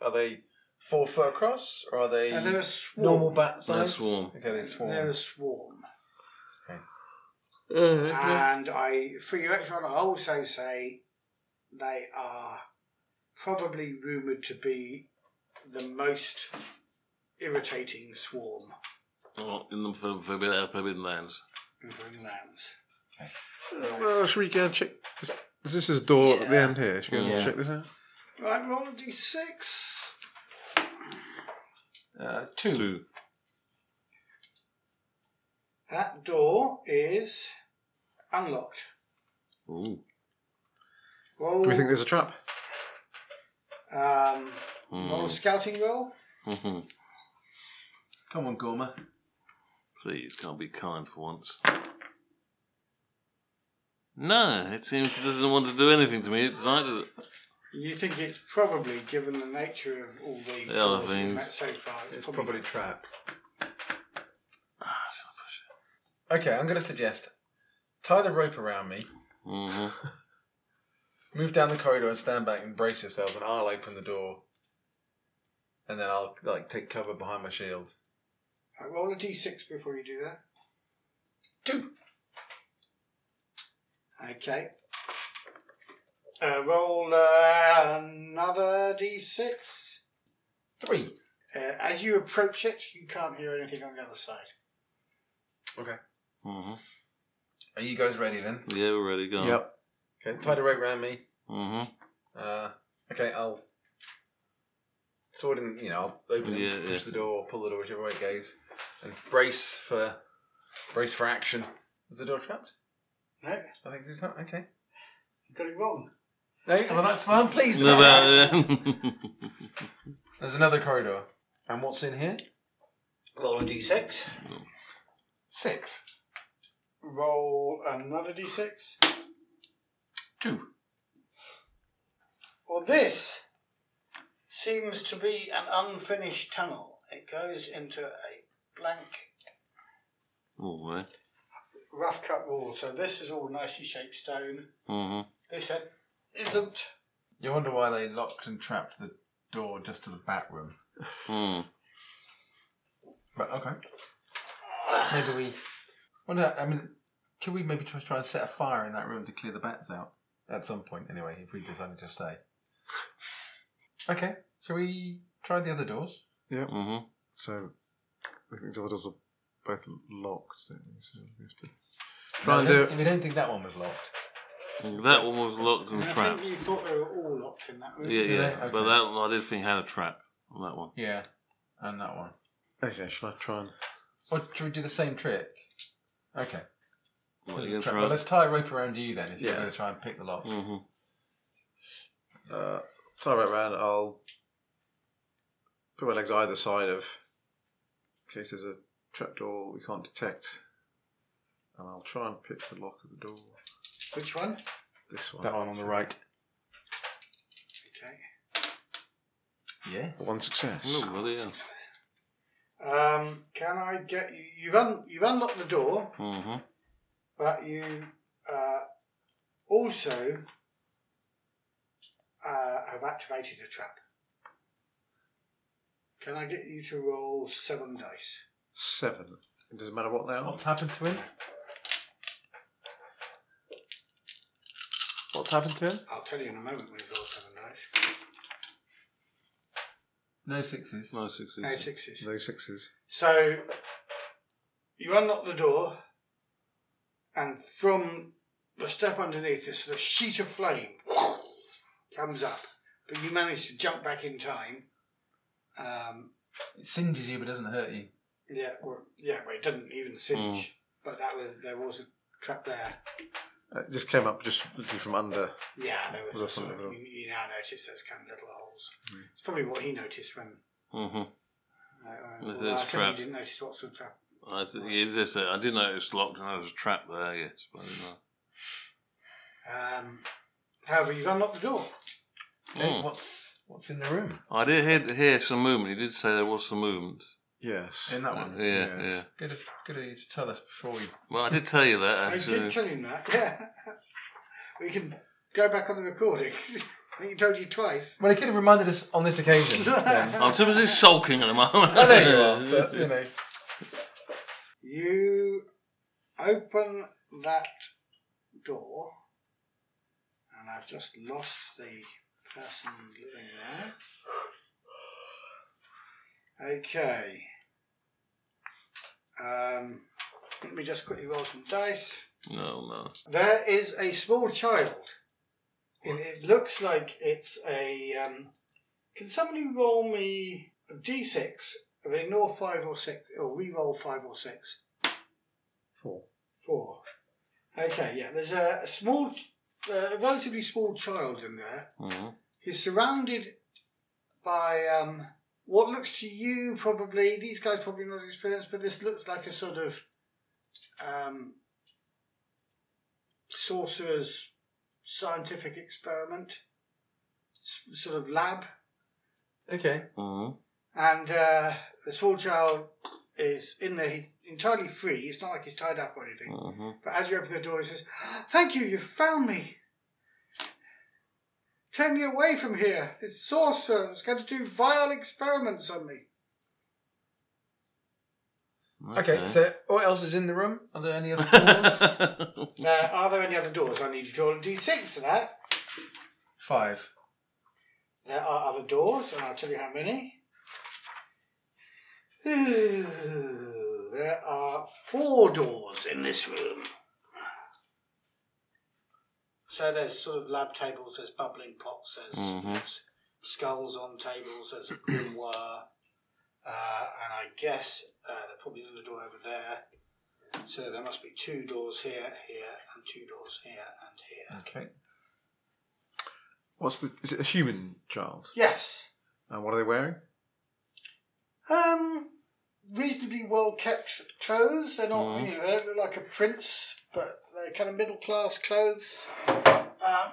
C: are they four foot across, or are they
A: now Uh, they're a swarm.
C: normal bat size?
B: They're swarm.
C: Okay, they swarm.
A: They're a swarm.
B: Uh,
A: And I, for your extra, I also say they are probably rumoured to be the most irritating swarm
B: oh, in the for- forbidden, forbidden lands.
A: in Green Lands.
D: Well, should we go and check? This, this is a door at the end here. Should we go and
C: Yeah.
D: check this out?
A: Right, roll a d6.
C: Uh, two.
B: Two.
A: That door is unlocked.
B: Ooh.
A: Roll,
D: Do we think there's a trap?
A: um, roll a
B: Mm.
A: scouting roll.
B: Mhm.
C: Come on, Gorma.
B: Please, can't be kind for once. No, it seems it doesn't want to do anything to me tonight, does it?
A: You think it's probably, given the nature of all the,
B: The other
A: doors we've
B: things.
A: met so far,
C: It's probably trap.
B: Ah,
C: Okay, I'm going to suggest tie the rope around me,
B: hmm
C: move down the corridor, and stand back and brace yourself, and I'll open the door, and then I'll like take cover behind my shield.
A: Right, roll a d6 before you do that.
C: Two.
A: Okay. Uh, roll uh, another d6.
C: Three.
A: Uh, as you approach it, you can't hear anything on the other side.
C: Okay.
B: hmm
C: Are you guys ready then?
B: Yeah, we're ready. Go.
D: Yep.
C: Okay, tie the rope around me.
B: hmm
C: Uh, okay, I'll sword and you know I'll open it,
B: Yeah,
C: push
B: yeah.
C: the door, pull the door, whichever way it goes, and brace for brace for action. Is the door trapped?
A: No,
C: I think it's not. Okay.
A: you got it wrong.
C: No, well that's fine. Please.
B: No, no,
C: There's another corridor. And what's in here?
A: Roll a d6.
C: Six.
A: Roll another d6.
C: Two.
A: Well, this seems to be an unfinished tunnel. It goes into a blank,
B: oh, eh?
A: rough cut wall. So this is all nicely shaped stone.
B: hmm
A: This end isn't.
C: You wonder why they locked and trapped the door just to the back room.
B: Mm.
C: But okay. Maybe we. Wonder. I mean, could we maybe just try and set a fire in that room to clear the bats out at some point? Anyway, if we decided to stay. Okay. Shall we try the other doors?
B: hmm
D: So we think the other doors are both locked. Don't we? So we have to try and
C: we
D: do
C: don't,
D: it.
C: we don't think that one was locked.
B: That one was locked and
A: I
B: trapped.
A: think you thought they were all locked in that room.
B: Yeah,
C: Do
B: yeah.
C: they? Okay.
B: But that one, I did think had a trap on that one.
C: Yeah, and that one.
D: Okay, shall I try and.
C: Or should we do the same trick? Okay.
B: Like,
C: There's a
B: you
C: trap.
B: throw
C: Well,
B: it-
C: let's tie a rope around you then if you're
D: Yeah.
C: going to try and pick the lock.
B: Mhm.
D: Uh, tie right round. I'll put my legs either side of, in case there's a trapdoor we can't detect. And I'll try and pick the lock of the door.
A: Which one?
D: This one.
C: That one on the right.
A: Okay.
C: Yes.
D: One success.
B: Oh, bloody hell.
A: Um, can I get you? You've un, you've unlocked the door,
B: Mhm.
A: but you uh, also uh, have activated a trap. Can I get you to roll seven dice?
D: Seven. It doesn't matter what they are.
C: What's happened to him? What's happened to him?
A: I'll tell you in a moment when you roll seven dice.
C: No sixes.
B: No sixes.
A: No sixes.
D: No sixes.
A: So you unlock the door, and from the step underneath, this sort of sheet of flame comes up. But you manage to jump back in time. Um,
C: It singes you but doesn't hurt you.
A: yeah, well, yeah, but it doesn't even singe. But that was there was a trap there.
D: Uh, it just came up just literally from under.
A: Yeah, there was. a
D: Was that
A: sort
D: something
A: of, you, you now notice those kind of little holes. It's probably what he noticed when.
B: Mhm.
A: Uh,
B: With
A: well, I
B: his
A: said you
B: trap.
A: didn't notice what sort of trap.
B: I th- it is this, uh, I did know it was locked and there was a trap there. Yes, but I didn't know.
A: Um, however, you've unlocked the door.
C: Okay,
B: Mm.
C: What's what's in the room?
B: I did hear, hear some movement. He did say there was some movement.
D: Yes.
C: In that one.
B: Yeah,
D: Yes.
B: yeah.
C: Good of, good of you to tell us before we.
B: Well, I did tell you that
A: I did
B: actually.
A: tell him that. Yeah, we can go back on the recording. I think he told you twice.
C: Well, he could have reminded us on this occasion. then.
B: I'm too busy sulking at the moment.
C: I know you are, but you know.
A: You open that door, and I've just lost the person living there. Okay. Um, let me just quickly roll some dice.
B: No, no.
A: There is a small child. It, it looks like it's a. Um, can somebody roll me a d6? Of ignore five or six, or re-roll five or six.
D: Four.
A: Four. Okay, yeah. There's a, a small, ch- uh, a relatively small child in there.
B: Mhm.
A: He's surrounded by um, what looks to you probably these guys probably not experienced, but this looks like a sort of um, sorcerer's scientific experiment, s- sort of lab.
C: Okay.
B: Mhm.
A: And uh, the small child is in there. He's entirely free. It's not like he's tied up or anything.
B: Mhm.
A: But as you open the door, he says, Thank you, you found me. Take me away from here. This sorcerer is going to do vile experiments on me.
C: okay. So what else is in the room? Are there any other doors?
B: Okay.
A: Uh, are there any other doors? I need you to roll a d6 for that.
C: Five.
A: There are other doors, and I'll tell you how many. Ooh, there are four doors in this room. So there's sort of lab tables, there's bubbling pots, there's
B: Mhm.
A: skulls on tables, there's a grimoire, uh, and I guess uh, they're probably another door over there. So there must be two doors here, here, and two doors here, and here.
C: Okay.
D: What's the? Is it a human child?
A: Yes,
D: And what are they wearing?
A: Um, reasonably well kept clothes. They're not, you know, they don't look like a prince, but they're kind of middle class clothes. Um,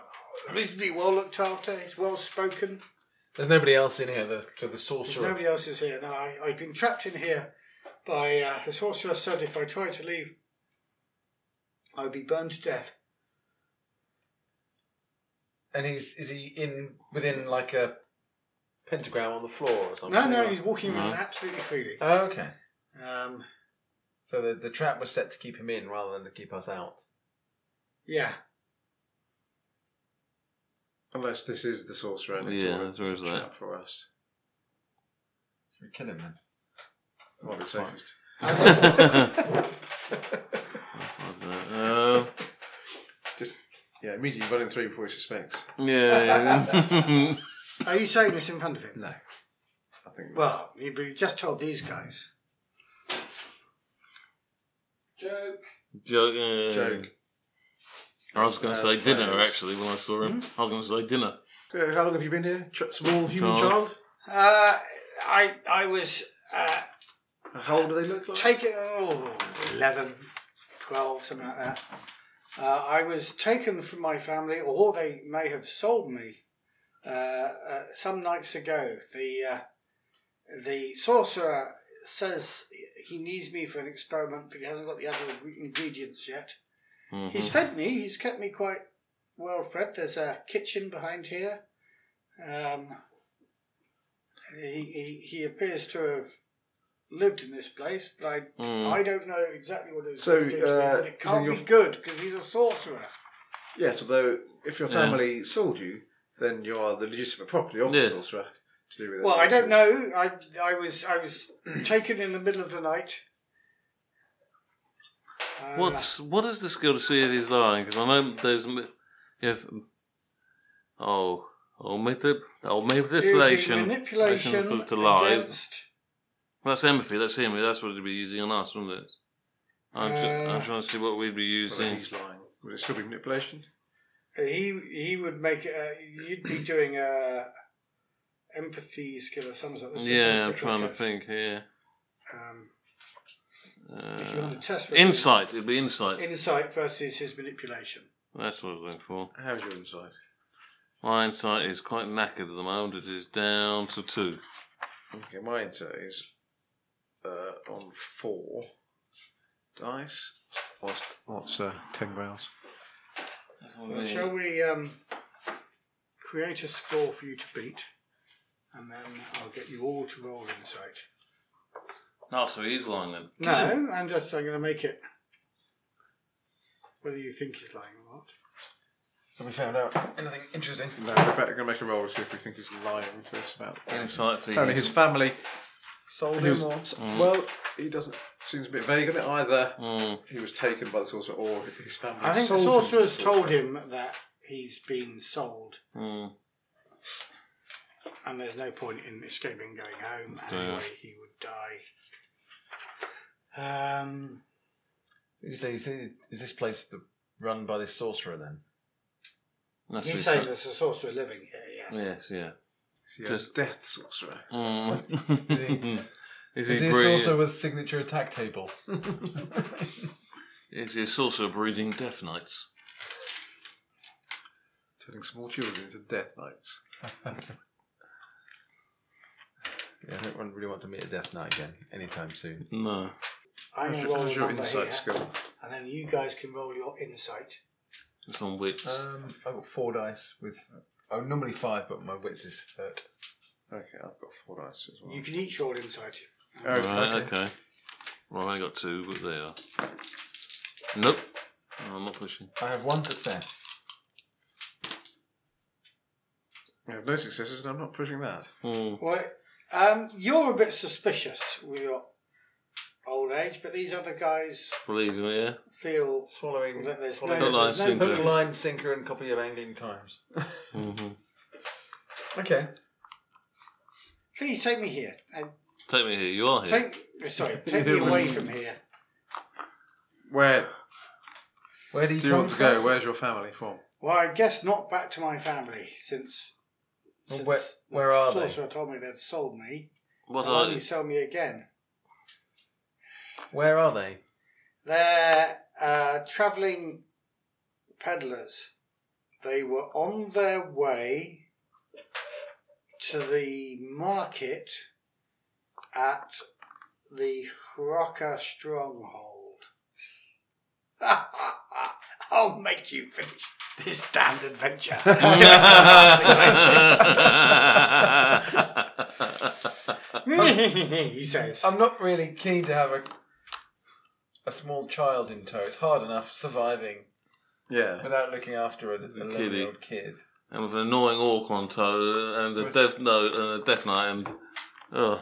A: reasonably well looked after. He's well spoken.
C: There's nobody else in here. The the, the
A: There's
C: sorcerer.
A: nobody else is here. No, I, I've been trapped in here by uh, the sorcerer. Said if I tried to leave, I'd be burned to death.
C: And he's is he in within like a pentagram on the floor or something?
A: no, no, he's walking around
B: No.
A: absolutely freely.
C: Oh, okay.
A: Um,
C: So the the trap was set to keep him in rather than to keep us out.
A: yeah.
D: Unless this is the sorcerer and it's
B: Yeah,
D: all a
B: that's where it's
D: trap
B: at.
D: for us.
C: Should we kill him then?
D: Might be safest.
B: Uh,
D: Just
C: Yeah, immediately running through before he suspects.
B: Yeah.
A: Are you saying this in front of him?
C: No. I think.
A: Well, you you just told these guys.
C: Joke.
B: Joke. uh,
C: Joke.
B: I was going to say
C: Uh,
B: dinner
C: players.
B: actually when I saw him. I
C: Hmm?
B: was going to say dinner.
D: So Uh, how long have you been here? Ch- small human
B: Child.
D: child?
A: Uh, I I was uh,
D: How old do they look like?
A: taken oh, 11, 12, something like that. Uh, I was taken from my family, or they may have sold me uh, uh, some nights ago. The uh, the sorcerer says he needs me for an experiment, but he hasn't got the other ingredients yet.
B: Mm-hmm.
A: He's fed me. He's kept me quite well fed. There's a kitchen behind here. Um, he, he he appears to have lived in this place, but I,
B: Mm.
A: I don't know exactly what it was.
D: So,
A: going to do to me,
D: uh,
A: but it
D: so
A: can't be
D: you're-
A: good because he's a sorcerer.
D: Yes, although if your
B: Yeah.
D: family sold you, then you are the legitimate property of the
B: Yes.
D: sorcerer. To do with
A: Well,
D: it.
A: I don't know. I I was I was taken in the middle of the night. Uh,
B: What's what is the skill to see if he's lying? Because I know there's m- if oh oh manip- oh
A: it'd be
B: manipulation
A: manipulation
B: to, to lies.
A: against-
B: Well, that's empathy. That's him. That's what he'd be using on us, wouldn't it? I'm, tr-
A: Uh,
B: I'm trying to see what we'd be
D: Well,
B: using.
D: he's lying. Would it still be manipulation?
A: He he would make uh, you'd be doing a empathy skill or something. That's just
B: yeah,
A: a
B: I'm
A: quick
B: trying to
A: look at,
B: think here.
A: Um, if you
B: Uh,
A: want to test for
B: insight. It'd be insight.
A: insight versus his manipulation.
B: that's what I was looking for.
D: How's your inside?
B: My insight is quite knackered at the moment. It is down to two.
D: Okay, my inside is uh, on four dice. What's, what's uh, ten rounds?
A: Well, Shall we um, create a score for you to beat, and then I'll get you all to roll insight.
B: Oh, so he's lying then.
A: No, I'm just I'm going to make it. Whether you think he's lying or not.
C: Have we found out anything interesting?
D: No, we're better going to make a roll to see if we think he's lying to us about.
B: Insight for
D: Apparently, his family.
A: Sold
D: he was-
A: or
D: s- Well, he doesn't. Seems a bit vague on it. Either
B: Mm.
D: he was taken by the sorcerer, or his family.
A: I think the
D: sold him to
A: sorcerer's
D: the
A: told him that he's been sold.
B: Mm.
A: and there's no point in escaping going home.
B: Yeah.
A: Anyway, he would die. Um,
C: You say, you say, is this place the, run by this sorcerer then?
B: That's
A: you
B: what he
A: say
B: said.
A: there's a sorcerer living here, yes.
B: Yes, yeah.
D: Yeah,
B: Just-
D: death sorcerer.
B: Mm.
C: Is he-
B: is,
C: Is
B: he
C: this
B: breeding,
C: also with signature attack table?
B: is he also breeding death knights?
D: Turning small children into death knights.
C: Yeah, I don't want- really want to meet a Death Knight again anytime soon.
B: No.
A: I'm going to
D: How's your-
A: roll
D: how's
A: a
D: your
A: number
D: insight
A: here,
D: skill?
A: and then you guys can roll your insight.
B: It's on wits.
C: Um, I've got four dice with. Oh, normally five, but my wits is hurt.
D: Okay, I've got four dice as well. Oh,
A: You can each roll insight.
B: All right, okay. Well, I only got two, but they are. Nope. No, I'm not pushing.
C: I have one success.
D: I have no successes, and I'm not pushing that.
B: Mm.
A: Well, um, you're a bit suspicious with your old age, but these other guys
B: Believe you, yeah?
A: feel
C: Swallowing
A: that there's no,
C: swallowing
B: Hook, line,
A: there's no
B: sinker.
C: hook, line, sinker, and copy of Angling Times.
B: hmm
C: Okay.
A: Please take me here. And
B: Take me here. You are here.
A: take, sorry, take me away from here.
D: Where
C: Where do you,
D: do you
C: come
D: want to
C: from?
D: go? Where's your family from?
A: Well, I guess not back to my family since.
C: Well,
A: since
C: where-
A: the
C: where are they?
A: sorcerer told me they'd sold me.
B: What
A: Why
B: are
A: did
B: you?
A: he sell me again?
C: Where are they?
A: They're uh, travelling peddlers. They were on their way to the market at the Hroka stronghold. I'll make you finish this damned adventure.
B: Um,
A: he says.
C: I'm not really keen to have a a small child in tow. It's hard enough surviving
D: Yeah.
C: without looking after a
B: Kitty.
C: 11 year old kid.
B: and with an annoying orc on tow, and a
C: With-
B: death note, and a death knight, and ugh.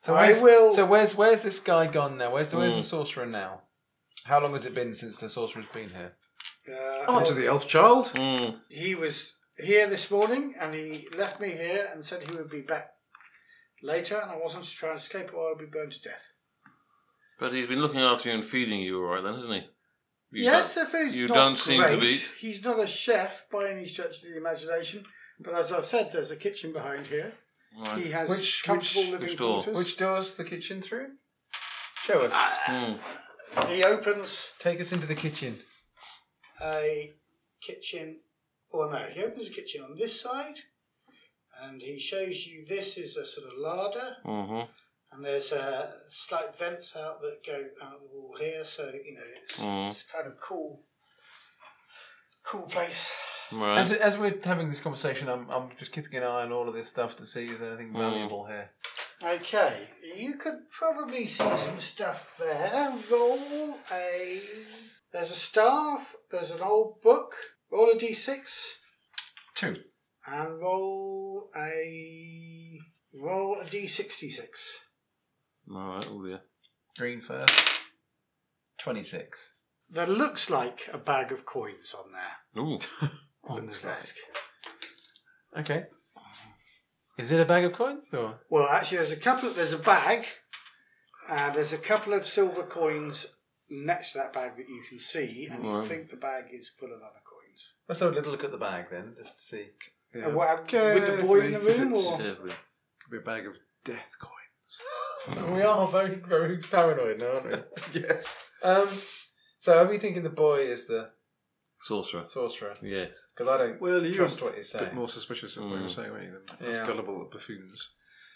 C: So
A: I
C: where's,
A: will- uh,
C: So where's where's
D: Hmm.
C: this guy gone now? Where's the, where's the
B: Mm.
C: sorcerer now? How long has it been since the sorcerer's been here?
B: Oh.
C: Oh.
A: Uh,
D: Onto the elf child.
B: Mm.
A: he was here this morning and he left me here and said he would be back later and I wasn't to try and escape or I'd be burned to death.
B: But he's been looking after you and feeding you all right then, hasn't he? You
A: yes,
B: don't-
A: the food's
B: you
A: not
B: don't seem to
A: great.
B: be-
A: He's not a chef by any stretch of the imagination, but as I've said, there's a kitchen behind here.
B: Right.
A: He has
G: Which-
A: comfortable
G: which-
A: living
B: which door?
A: quarters.
G: Which door's the kitchen through? Show us.
B: Mm.
A: He opens
G: Take us into the kitchen.
A: a kitchen. Oh no, he opens a kitchen on this side, and he shows you this is a sort of larder,
B: Mhm.
A: and there's uh, slight vents out that go out the wall here, so you know it's,
B: Mm.
A: it's kind of cool, cool place.
B: Right.
C: As, as we're having this conversation, I'm, I'm just keeping an eye on all of this stuff to see is there anything
D: Hmm.
C: valuable here.
A: Okay, you could probably see some stuff there. Roll a. There's a staff. There's an old book. Roll a d6.
C: Two.
A: And roll a roll a d sixty six.
B: All right. Oh dear.
C: Green first. Twenty-six.
A: There looks like a bag of coins on there
B: Ooh.
A: on the desk.
C: Okay. Is it a bag of coins or?
A: Well, actually, there's a couple. There's a bag. Uh, there's a couple of silver coins next to that bag that you can see, and you
B: Right.
A: think the bag is full of other coins.
C: Let's have a little look at the bag then, just to see.
A: And what, uh, with the boy in the room, or
B: Carefully.
D: Could be a bag of death coin. Hmm.
C: we are very, very paranoid now, aren't we?
D: yes.
C: um, so are we thinking the boy is the
B: Sorcerer.
C: sorcerer?
B: Yes.
C: Because I don't
D: Well, you
C: trust what he's
D: a bit
C: saying.
D: more suspicious of what you're
B: Mm.
D: saying, aren't you? Than
C: Yeah.
D: As gullible at buffoons.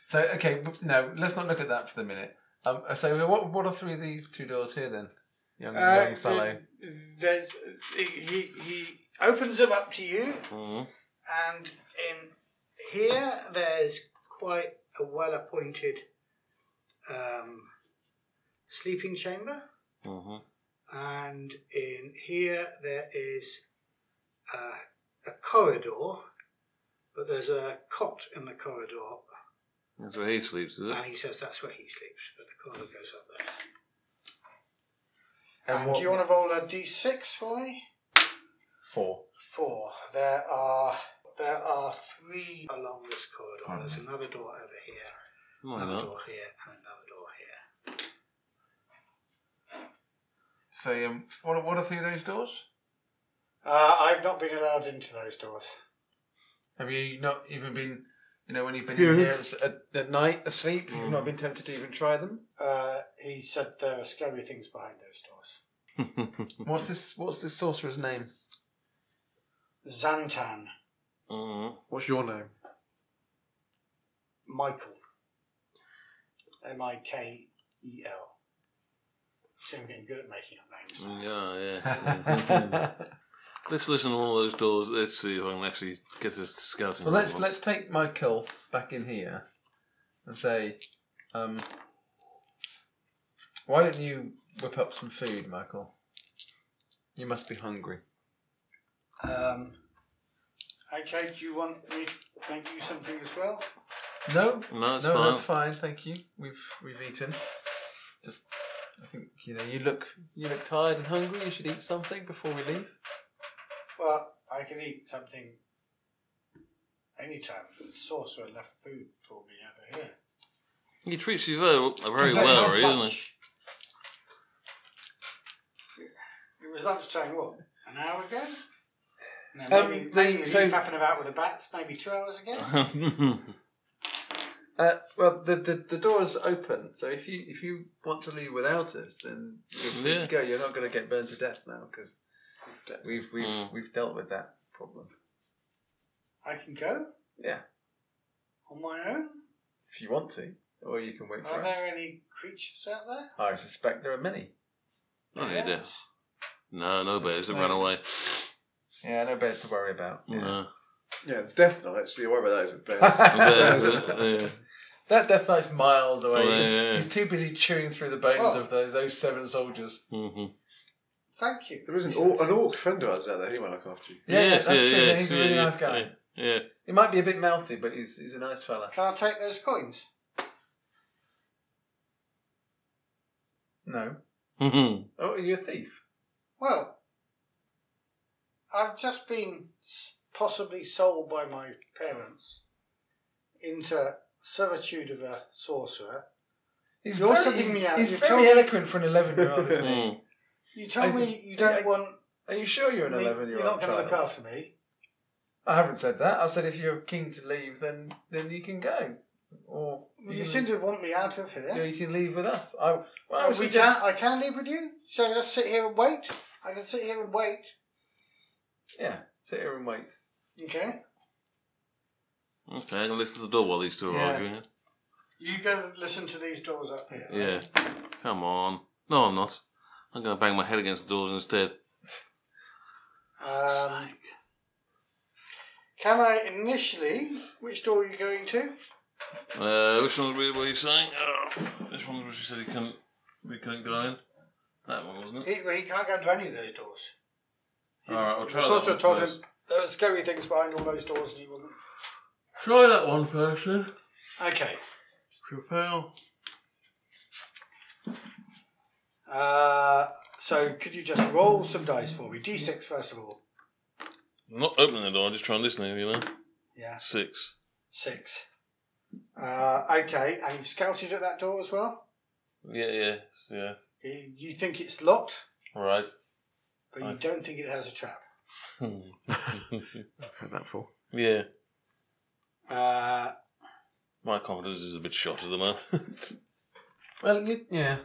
C: So okay, b- no, let's not look at that for the minute. Um, so what what are three of these two doors here then, young,
A: Uh,
C: young fellow?
A: there's, he he opens them up to you,
B: Mhm.
A: and in here there's quite a well-appointed um, sleeping chamber,
C: Mm-hmm.
B: Mhm.
A: and in here there is uh, a, a corridor, but there's a cot in the corridor,
B: That's where he sleeps, is
A: and
B: it?
A: he says that's where he sleeps, but the corridor goes up there.
C: And
A: And
C: what-
A: do you want to roll a d6 for me?
C: Four.
A: Four. There are there are three along this corridor.
C: Mm-hmm.
A: There's another door over here,
B: Why
A: another
B: not?
A: door here, and another door here.
C: So um, what are- what are three of those doors?
A: Uh, I've not been allowed into those doors.
C: Have you not even been, you know, when you've been in here at, s- at- at night asleep, you've not been tempted to even try them?
A: Uh, he said there are scary things behind those doors.
C: What's this? What's this sorcerer's name?
A: Zantan,
B: Mhm.
D: What's your name?
A: Michael, M I K E L. See, I'm getting good at making up names.
B: Yeah, Mm-hmm. yeah. Mhm. let's listen to one of those doors. Let's see if I can actually get a scouting.
C: Well, let's
B: report.
C: let's take Michael back in here and say, um, why don't you whip up some food, Michael? You must be hungry.
A: Um, okay, do you want me to make you something as well?
C: No,
B: No, it's
C: no,
B: fine.
C: that's fine. Thank you. We've we've eaten. Just, I think you know, you look you look tired and hungry. You should eat something before we leave.
A: Well, I can eat something anytime. The sorcerer left food for me over here.
B: He treats you very, very well, really, doesn't he?
A: It was lunchtime, what? An hour ago? And then
C: Um,
A: maybe,
C: they-
A: maybe
C: so-
A: you faffing about with the bats, maybe two hours ago?
C: Uh, well, the, the the door is open, so if you if you want to leave without us, then you're free
B: Yeah.
C: to go. You're not going to get burned to death now because we've we've
B: Mm.
C: we've dealt with that problem.
A: I can go
C: Yeah,
A: on my own?
C: if you want to, or you can wait for
A: Are
C: us.
A: there any creatures out there?
C: I suspect there are many.
B: Oh, he
A: Yes.
B: does. No, no bears. It
C: no-
B: ran away.
C: Yeah, no bears to worry about.
B: No.
D: Yeah, Death Knights. You worry about those with bears.
B: No bears,
D: Bears.
B: uh, yeah.
C: That death knight's miles away.
B: Oh, yeah, yeah.
C: He's too busy chewing through the bones
A: Oh.
C: of those those seven soldiers.
B: Mhm.
A: Thank you.
D: there is an orc, an orc fender out there. He won't look after you.
C: Yeah,
B: Yes,
C: that's
B: yeah,
C: true.
B: yes,
C: he's a
B: yeah,
C: really
B: yeah,
C: nice guy.
B: Yeah.
C: He might be a bit mouthy, but he's he's a nice fella.
A: Can I take those coins?
C: No,
B: Mhm. Mm-hmm,
C: oh, are you a thief?
A: Well, I've just been s- possibly sold by my parents into servitude of a sorcerer.
C: He's
A: You're
C: very,
A: sending
C: he's,
A: me out,
C: he's
A: you've told
C: very
A: me-
C: eloquent for an 11 year old, isn't he?
B: Mm.
A: You told
C: I-
A: me you don't
C: I-
A: want.
C: Are you sure you're an
A: me-
C: 11 year
A: You're
C: old?
A: not going to
C: child?
A: look after me.
C: I haven't said that. I've said if you're keen to leave, then then you can go. Or
A: You,
C: can-
A: seem to want me out of
C: you know,
A: here.
C: you can leave with us. I, well, Mm. I
A: we
C: would suggest
A: can, I can leave with you. Shall I just sit here and wait? I can sit here and wait.
C: yeah, sit here and wait.
A: Okay.
B: Okay, I'm going to listen to the door while these two are
C: Yeah.
B: arguing.
A: You go listen to these doors up here.
B: Yeah. Come on. No, I'm not. I'm going to bang my head against the doors instead.
A: Um, can I initially? Which door are you going to?
B: Uh, which one were you saying? Oh, this one was you said he couldn't, we couldn't go in. That one, wasn't it?
A: He, well, he can't go to any of those doors.
B: Alright, I'll try
A: It's
B: that
A: also
B: one
A: told him
B: first.
A: there are scary things behind all those doors, and he wouldn't.
B: Try that one first then.
A: Okay.
B: If you fail.
A: Uh, so could you just roll some dice for me? D6 first of all.
B: I'm not opening the door, I'm just trying listening, you know?
A: Yeah,
B: Six.
A: six. Uh, okay, and you've scouted at that door as well.
B: Yeah, yeah, yeah.
A: You you think it's locked,
B: Right.
A: but you
B: Okay.
A: don't think it has a trap.
B: yeah.
G: Heard that before.
A: Uh,
B: My confidence is a bit shot at the moment.
C: Well, you, yeah.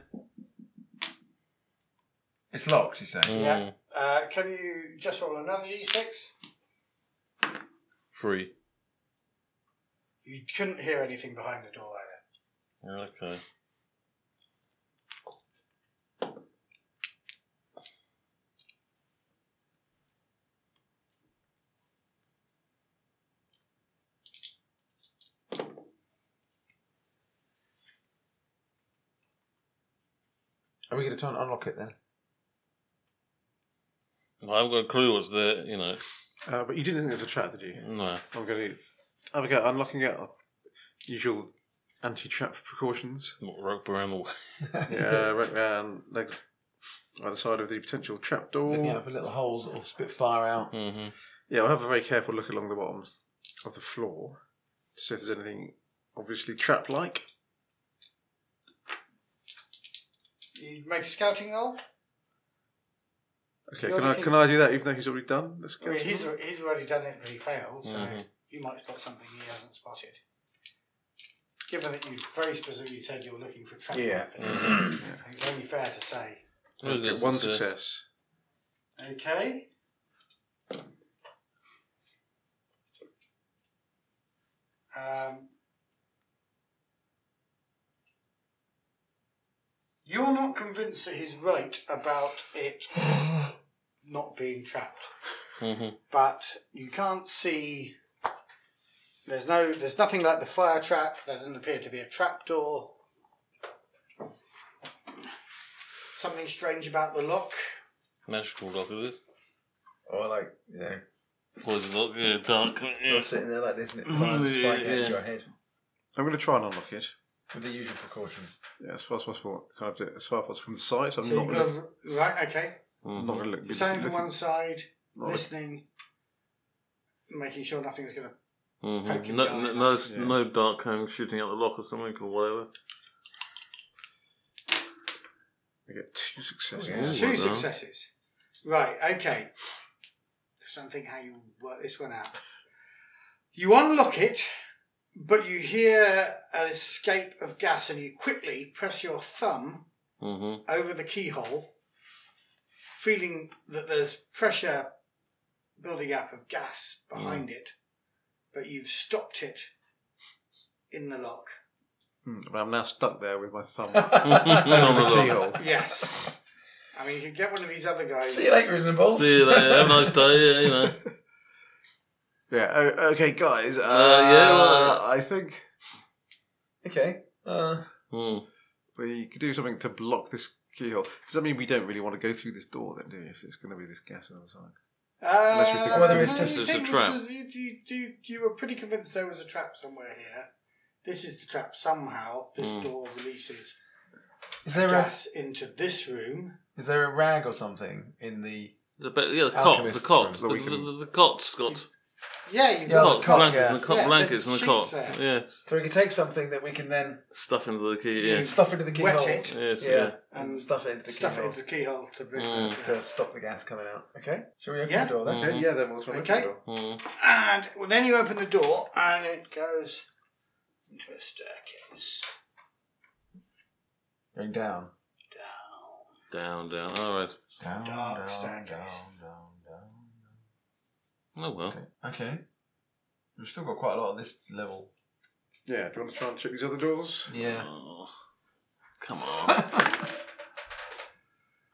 C: It's locked, you say.
A: Yeah. uh, can you just roll another D6?
B: Free.
A: You couldn't hear anything behind the door either.
B: Okay.
C: Are we going to try and unlock it then?
B: I haven't got a clue what's there, you know.
D: Uh, but you didn't think it was a trap, did you?
B: No.
D: I'm going to have a go at unlocking it. Usual anti-trap precautions.
B: Not rope around the way.
D: Yeah, right round legs either side of the potential trap door.
C: Then you have a little hole that will spit fire out.
B: Mm-hmm.
D: Yeah, I'll have a very careful look along the bottom of the floor to see if there's anything obviously trap like.
A: You make a scouting roll.
D: Okay,
A: You're
D: can I
A: looking-
D: can I do that even though he's already done? Let's
A: I
D: go.
A: mean, he's, he's already done it, but he failed, so
B: Mhm.
A: you might spot something he hasn't spotted. Given that you very specifically said you were looking for trap
D: Yeah.
A: weapons,
C: Mm-hmm.
A: I think it's only fair to say.
D: Okay, one success.
A: Okay. Um, you're not convinced that he's right about it not being trapped.
B: Mm-hmm.
A: but you can't see. There's no, there's nothing like the fire trap. There doesn't appear to be a trap door. Something strange about the lock.
B: Magical lock, is it?
C: Or like, you know,
B: Poison lock, yeah, dark.
C: you're
B: Yeah.
C: sitting there like this and it fires
B: Yeah,
C: spike
B: yeah.
C: into your head.
D: I'm going to try and unlock it
C: With the usual precaution.
D: yeah, as far as possible. Kind of do it as far as possible from the side. So I'm
A: so
D: not
A: you've
D: going
A: got
D: to
A: to- right, okay.
D: not
B: Mhm.
D: going to look. be
A: Standing to
D: looking-
A: one side,
D: not look-
A: listening, making sure nothing's going to.
B: Mhm.
A: Poking
B: No,
A: the eye
B: no,
A: out,
B: no, s-
D: yeah.
B: no dark home shooting out the lock or something or whatever.
D: I get two successes.
C: Oh, yeah.
B: Ooh,
A: Two
B: well done.
A: successes. Right, okay. Just trying to think how you work this one out. You unlock it, but you hear an escape of gas, and you quickly press your thumb
B: Mm-hmm.
A: over the keyhole, feeling that there's pressure building up of gas behind it, but you've stopped it in the lock.
D: Hmm, but I'm now stuck there with my thumb.
B: On
D: over the
B: the
D: keyhole.
A: Yes. I mean, you can get one of these other guys.
C: See you later, isn't
B: lock. See you later. Have a nice day. Yeah, you know.
D: Yeah. o- Okay, guys. Uh,
B: yeah, well-
D: I think
C: okay. Uh,
B: Mm.
D: we could do something to block this keyhole. Does that mean we don't really want to go through this door then, do we? If it's going to be this gas on the other side. Unless we think-
C: Whether it's
A: no,
C: just
A: Um, you
B: it's a
A: think this
B: trap.
A: was- you, you, you, you were pretty convinced there was a trap somewhere here. This is the trap. Somehow, this
B: Mm.
A: door releases
C: is Hmm. there a
A: gas into this room.
C: is there a rag or something in the
B: The, be- yeah, the cot, the
C: Alchemist's
B: cot, the,
C: room.
B: the, the, the cot's got
A: Yeah, you
C: Yeah,
A: got
B: cot,
C: the cot,
B: blankets
C: yeah.
B: and the cot
A: Yeah, the
B: blankets and the
A: sheets
B: cot.
A: there.
B: Yeah,
C: So we can take something that we can then
B: stuff into the key. Yeah,
C: stuff into the keyhole.
A: wet it
B: yes,
C: Yeah.
B: yeah.
A: and
C: And stuff it into the
A: stuff it
C: keyhole Hmm,
A: into the keyhole to bring
B: Mm.
A: it out.
C: to stop the gas coming out. Okay. Shall we open
A: Yeah. Mm-hmm.
C: the door then?
D: Okay, yeah, then we'll try
A: Okay.
D: the door.
B: Mm.
A: And well, then you open the door and it goes into a staircase.
C: Going down.
B: Down, down. All right.
C: Down.
A: Dark
C: down,
A: staircase.
C: down, down,
B: Oh well.
C: down. Okay. Okay. We've still got quite a lot of this level.
D: Yeah, do you want to try and check these other doors?
C: Yeah.
B: Oh, come on.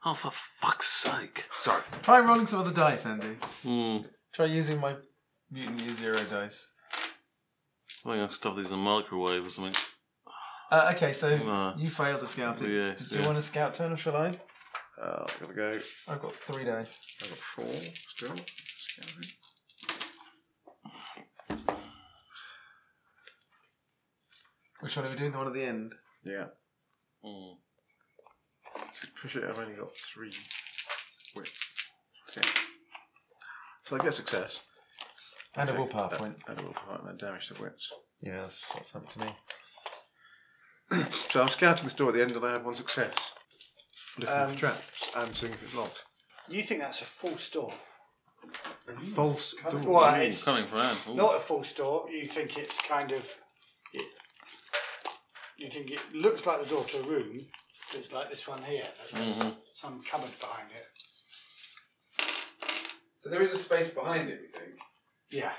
B: oh, for fuck's sake. Sorry.
C: Try rolling some other dice, Andy.
B: Mm.
C: Try using my mutant year zero dice.
B: I'm going to stuff these in the microwave or something.
C: Uh, okay, so
B: No.
C: you failed to scout it.
B: Yes,
C: Do
B: yeah.
C: you want a scout turn or shall I?
D: Uh, I've got to go. I've
C: I've got three dice.
D: got four still.
C: Which one are we doing? The one at the end?
D: Yeah.
B: Mm.
D: Push it, I've only got three. Wait. Okay. So I get success.
C: And a
D: Take
C: willpower
D: that-
C: point.
D: And a willpower and then damage to wits.
C: Yeah, that's what's up to me.
D: So I'm scouting this door at the end and I have one success. Looking
A: Um,
D: for traps and seeing if it's locked.
A: You think that's a false door?
D: False door.
A: Well, it's
B: Coming from Anne. Ooh.
A: not a false door. You think it's kind of. You think it looks like the door to a room, but it's like this one here. but There's some cupboard behind it.
C: So there is a space behind it, we think,
A: Yeah,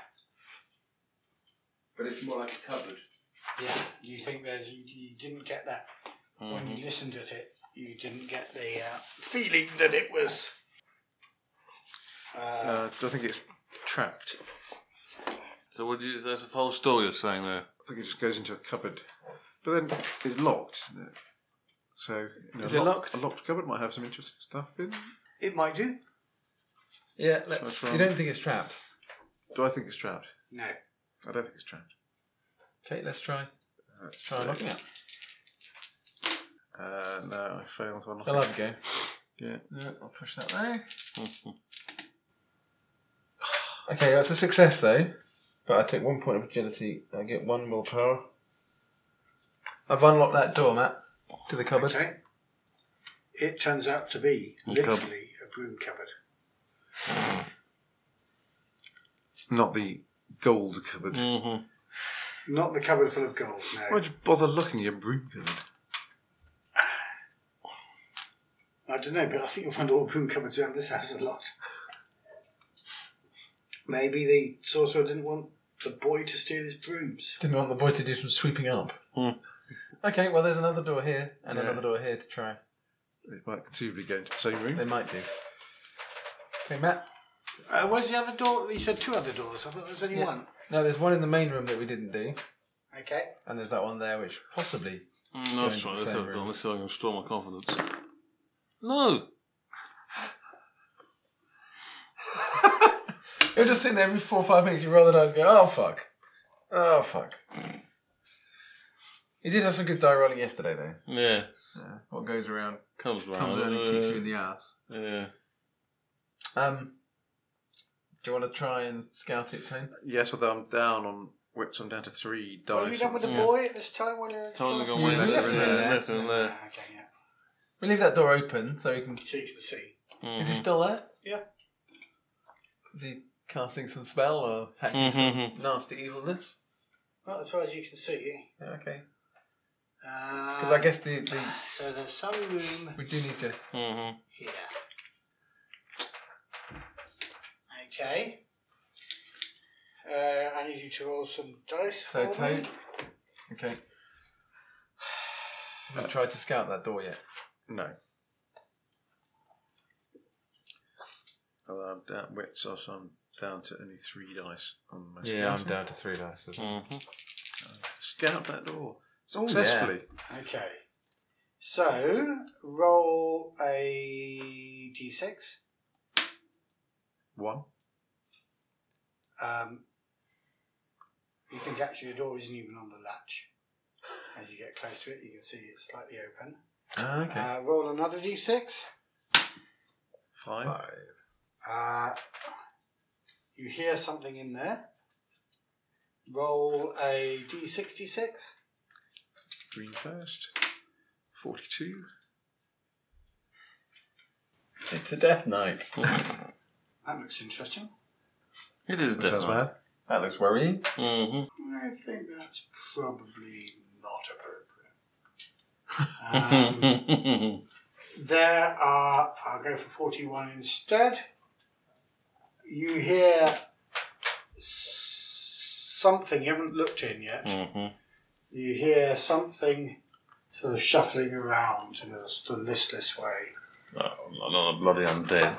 C: but it's more like a cupboard.
A: yeah. You think there's. You, you didn't get that. When you listened at it, you didn't get the uh, feeling that it was. Uh,
D: Uh, do I think it's trapped?
B: So, what do you. That's a false story you're saying there.
D: I think it just goes into a cupboard. But then it's locked, isn't it? So you know,
C: Is
D: a
C: it
D: lock-
C: locked?
D: A locked cupboard might have some interesting stuff in.
A: it might do.
C: Yeah, let's.
D: That's wrong.
C: You don't think it's trapped?
D: Do I think it's trapped?
A: No.
D: I don't think it's trapped.
C: Okay, let's try.
D: Let's
C: Try locking it.
D: Uh, no, I failed to unlock
C: I'll
D: it.
C: have a go.
D: Yeah.
C: No, I'll push that way. okay, that's a success though. But I take one point of agility. I get one willpower. I've unlocked that door, Matt, to the cupboard.
A: Okay. It turns out to be literally a broom cupboard.
D: Not the gold cupboard.
C: Mm.
B: Mm-hmm.
A: Not the cupboard full of gold, no.
D: Why'd you bother looking at your broom cupboard?
A: I don't know, but I think you'll find all broom cupboards around this house a lot. Maybe the sorcerer didn't want the boy to steal his brooms.
C: Didn't want the boy to do some sweeping up. Okay, well, there's another door here and
D: Yeah.
C: another door here to try.
D: It might conceivably go into the same room.
C: They might do. Okay, Matt.
A: Uh, where's the other door? You said two other doors. I thought there was only
C: Yeah.
A: one.
C: No, there's one in the main room that we didn't do,
A: Okay.
C: and there's that one there which possibly.
B: Mm, that's
C: Going
B: right.
C: to the
B: That's
C: same
B: how I've
C: room.
B: gone. Let's see if I can restore my confidence. No!
C: You're just sitting there every four or five minutes, you roll the dice and go, oh fuck. Oh fuck. You did have some good die rolling yesterday, though.
B: Yeah.
C: Yeah. What goes around
B: Comes round.
C: comes around and kicks you in
B: uh,
C: the ass.
B: Yeah.
C: Um, do you want to try and scout it, Tone?
D: Yes, although I'm down on wits, I'm down to three dice.
A: Were you done with the
B: Yeah.
A: boy at this time? While you were
B: Totally gone
C: You
B: way
C: left
B: left in
C: it in
B: there.
C: there.
B: Left in
A: Ah,
B: there.
A: okay, yeah.
C: We leave that door open so he can.
A: So you can see.
C: Is he
B: Mhm.
C: still there?
A: Yeah.
C: Is he casting some spell or
B: Mhm.
C: hacking some nasty evilness?
A: Not as far as you can see.
C: Yeah, Okay.
A: Because
C: Because I guess the, the
A: So there's some room
C: we do need to.
B: Mhm.
A: here. Okay. Uh, I need you to roll some dice
C: So
A: for
C: Tone.
A: me.
C: Okay. Have you tried to scout that door yet?
D: No. Although I'm down wits, also I'm down to only three dice on my scouting.
C: down to three dice.
B: Mhm.
D: Scout that door
C: Oh,
D: successfully.
A: Okay. So roll a d6.
D: One.
A: Um, you think actually the door isn't even on the latch. As you get close to it, you can see it's slightly open.
C: Ah, okay.
A: Uh, roll another d6.
D: Five.
C: Five.
A: Uh, you hear something in there. Roll a d66.
D: Green first. 42.
C: It's a death knight.
A: That looks interesting.
B: Mm-hmm. It is
C: That sounds
B: definitely.
C: bad. That looks worrying.
B: Mm-hmm.
A: I think that's probably not appropriate. Um,
B: Mm-hmm.
A: There are, I'll go for 41 instead. You hear s- something, you haven't looked in yet. You hear something sort of shuffling around in a sort of listless way.
B: I'm not a bloody undead.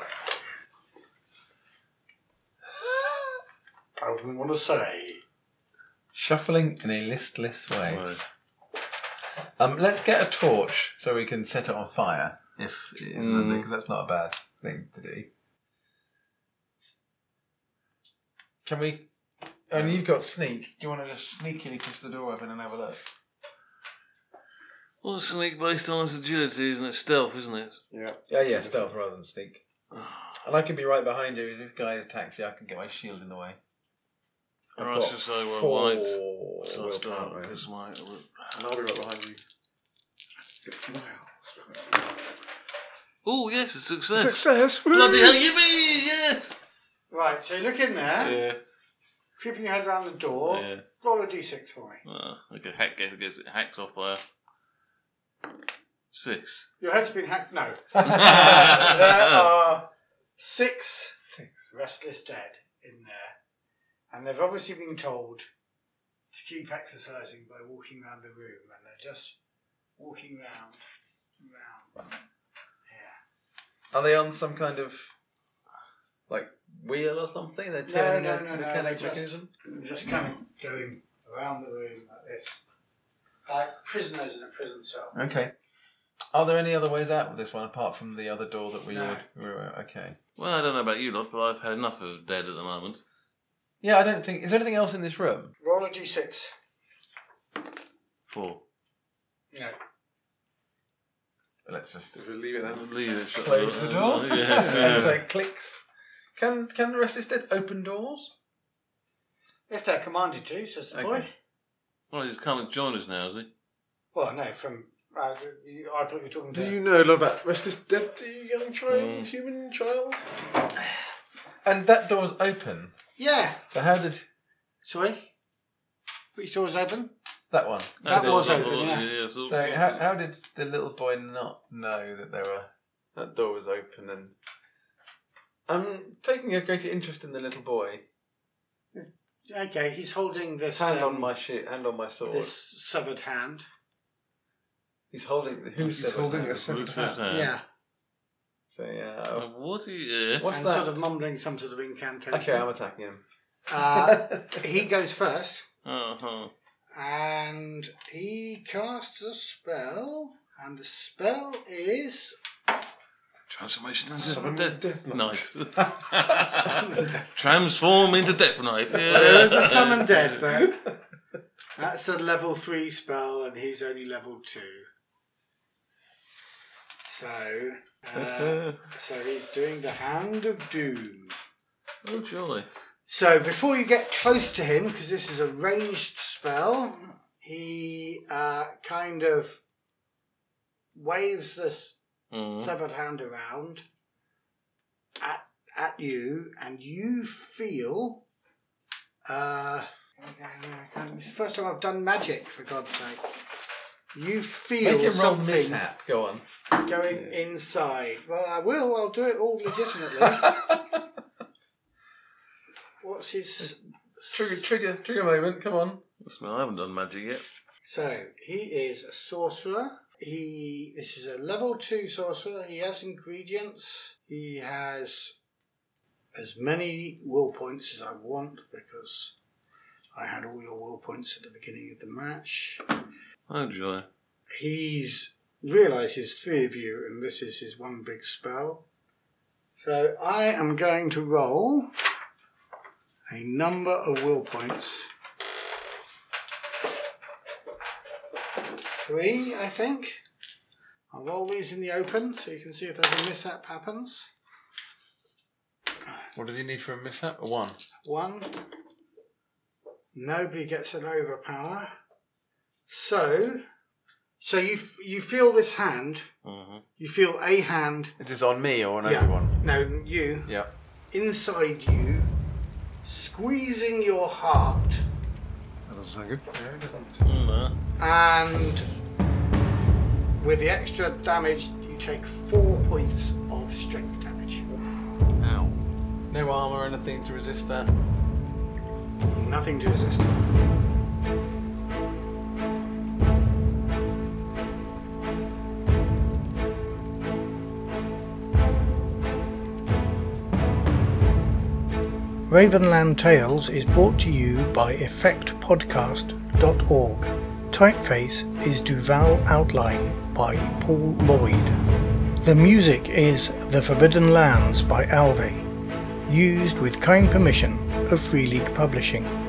A: I wouldn't want to say.
C: Shuffling in a listless way. Um, let's get a torch so we can set it on fire if it is
B: Mm.
C: because that's not a bad thing to do. Can we? And you've got sneak. Do you want to just sneakily push the door open and have a look?
B: Well, sneak based on its agility, isn't it? Stealth, isn't it?
C: Yeah, yeah, stealth rather than sneak. And I can be right behind you. If this guy attacks you, I can get my shield in the way.
B: Or else uh, you say we're whites. So I start because my
D: And I'll be right behind you.
B: oh yes, a success.
D: Success! Woo!
B: Bloody hell, yippee! Yes.
A: Right, so you look in there,
B: Yeah.
A: creeping your head around the door,
B: Yeah.
A: roll a d6 for me.
B: Uh, like a hack gets gets it hacked off by a six.
A: Your head's been hacked? No. Uh, there
B: oh,
A: are six
C: Six.
A: restless dead in there, and they've obviously been told to keep exercising by walking around the room, and they're just walking round, round. Yeah.
C: Are they on some kind of like wheel or something? They're turning
A: no,
C: a
A: no, no,
C: mechanic
A: they just-
C: mechanism.
A: And just kind of going around the room like this, like prisoners in a prison cell.
C: Okay. Are there any other ways out of this one apart from the other door that we
A: No.
C: would? we were- Okay.
B: well, I don't know about you lot, but I've had enough of dead at the moment.
C: Yeah, I don't think. Is there anything else in this room?
A: Roll a d6.
B: Four.
A: No.
C: Let's just
D: Leave it then.
B: Leave it. shut
C: close the door.
B: Yes.
C: and
B: yeah.
C: take clicks. Can can the rest is dead open doors?
A: If they're commanded to, says the boy.
C: Okay.
B: Well, he's come and join us now, is he?
A: Well, no, from. Uh, you- I thought you were talking
D: Do
A: to.
D: you know a lot about Restless Dead, do you, young child?
C: Mm.
D: Human child?
C: And that door's open.
A: Yeah.
C: So how did
A: Sorry. Which door's open?
C: that one?
A: That
B: Yeah,
A: was
B: I
A: open,
B: thought-
A: yeah.
B: yeah, I thought-
C: So how, how did the little boy not know that there were that door was open and I'm taking a greater interest in the little boy.
A: Okay, he's holding this.
C: Hand
A: um,
C: on my shit, hand on my sword.
A: this severed hand.
C: He's holding who's
D: He's holding a
C: us.
D: severed
B: Luke says,
D: hand.
B: uh,
A: Yeah.
C: So yeah.
B: uh,
C: I'll-
B: What are you? yes.
C: What's
A: and
C: that?
A: sort of mumbling some sort of incantation.
C: Okay, I'm attacking him.
A: Uh, he goes first,
B: Uh-huh.
A: and he casts a spell, and the spell is
B: Transformation
D: Summon
B: into Death
D: Death
B: Knight.
D: Knight.
B: Transform into Death Knight.
A: there is a
B: Yeah.
A: summon dead, but that's a level three spell, and he's only level two. So, uh, so he's doing the Hand of Doom.
B: Oh, jolly.
A: So before you get close to him, because this is a ranged spell, he uh, kind of waves this
C: Hmm?
B: Mm.
A: severed hand around at at you, and you feel. Uh, it's the first time I've done magic, for God's sake. You feel
C: Make him roll
A: something
C: mishap. Go on.
A: going inside. Well, I will. I'll do it all legitimately. What's his
C: Trigger, trigger, trigger moment. Come on.
B: Well, Oh, I haven't done magic yet.
A: So he is a sorcerer. He this is a level two sorcerer. He has ingredients. He has as many will points as I want because I had all your will points at the beginning of the match.
B: Oh, jolly.
A: He's realizes three of you, and this is his one big spell. So I am going to roll a number of will points. Three, I think. I'll roll these in the open so you can see if there's a mishap happens.
C: What did you need for a mishap? A one.
A: One. Nobody gets an overpower. So, so you f- you feel this hand. You feel a hand.
C: It is on me or on
A: Yeah.
C: everyone.
A: No, you
C: Yeah.
A: inside you, squeezing your heart,
C: That doesn't sound good.
B: Mm,
A: and with the extra damage, you take four points of strength damage.
C: Ow. No armor or anything to resist that.
A: Nothing to resist. Ravenland Tales is brought to you by effectpodcast.org. Typeface is Duval Outline by Paul Lloyd. The music is The Forbidden Lands by Alve used with kind permission of Free League Publishing.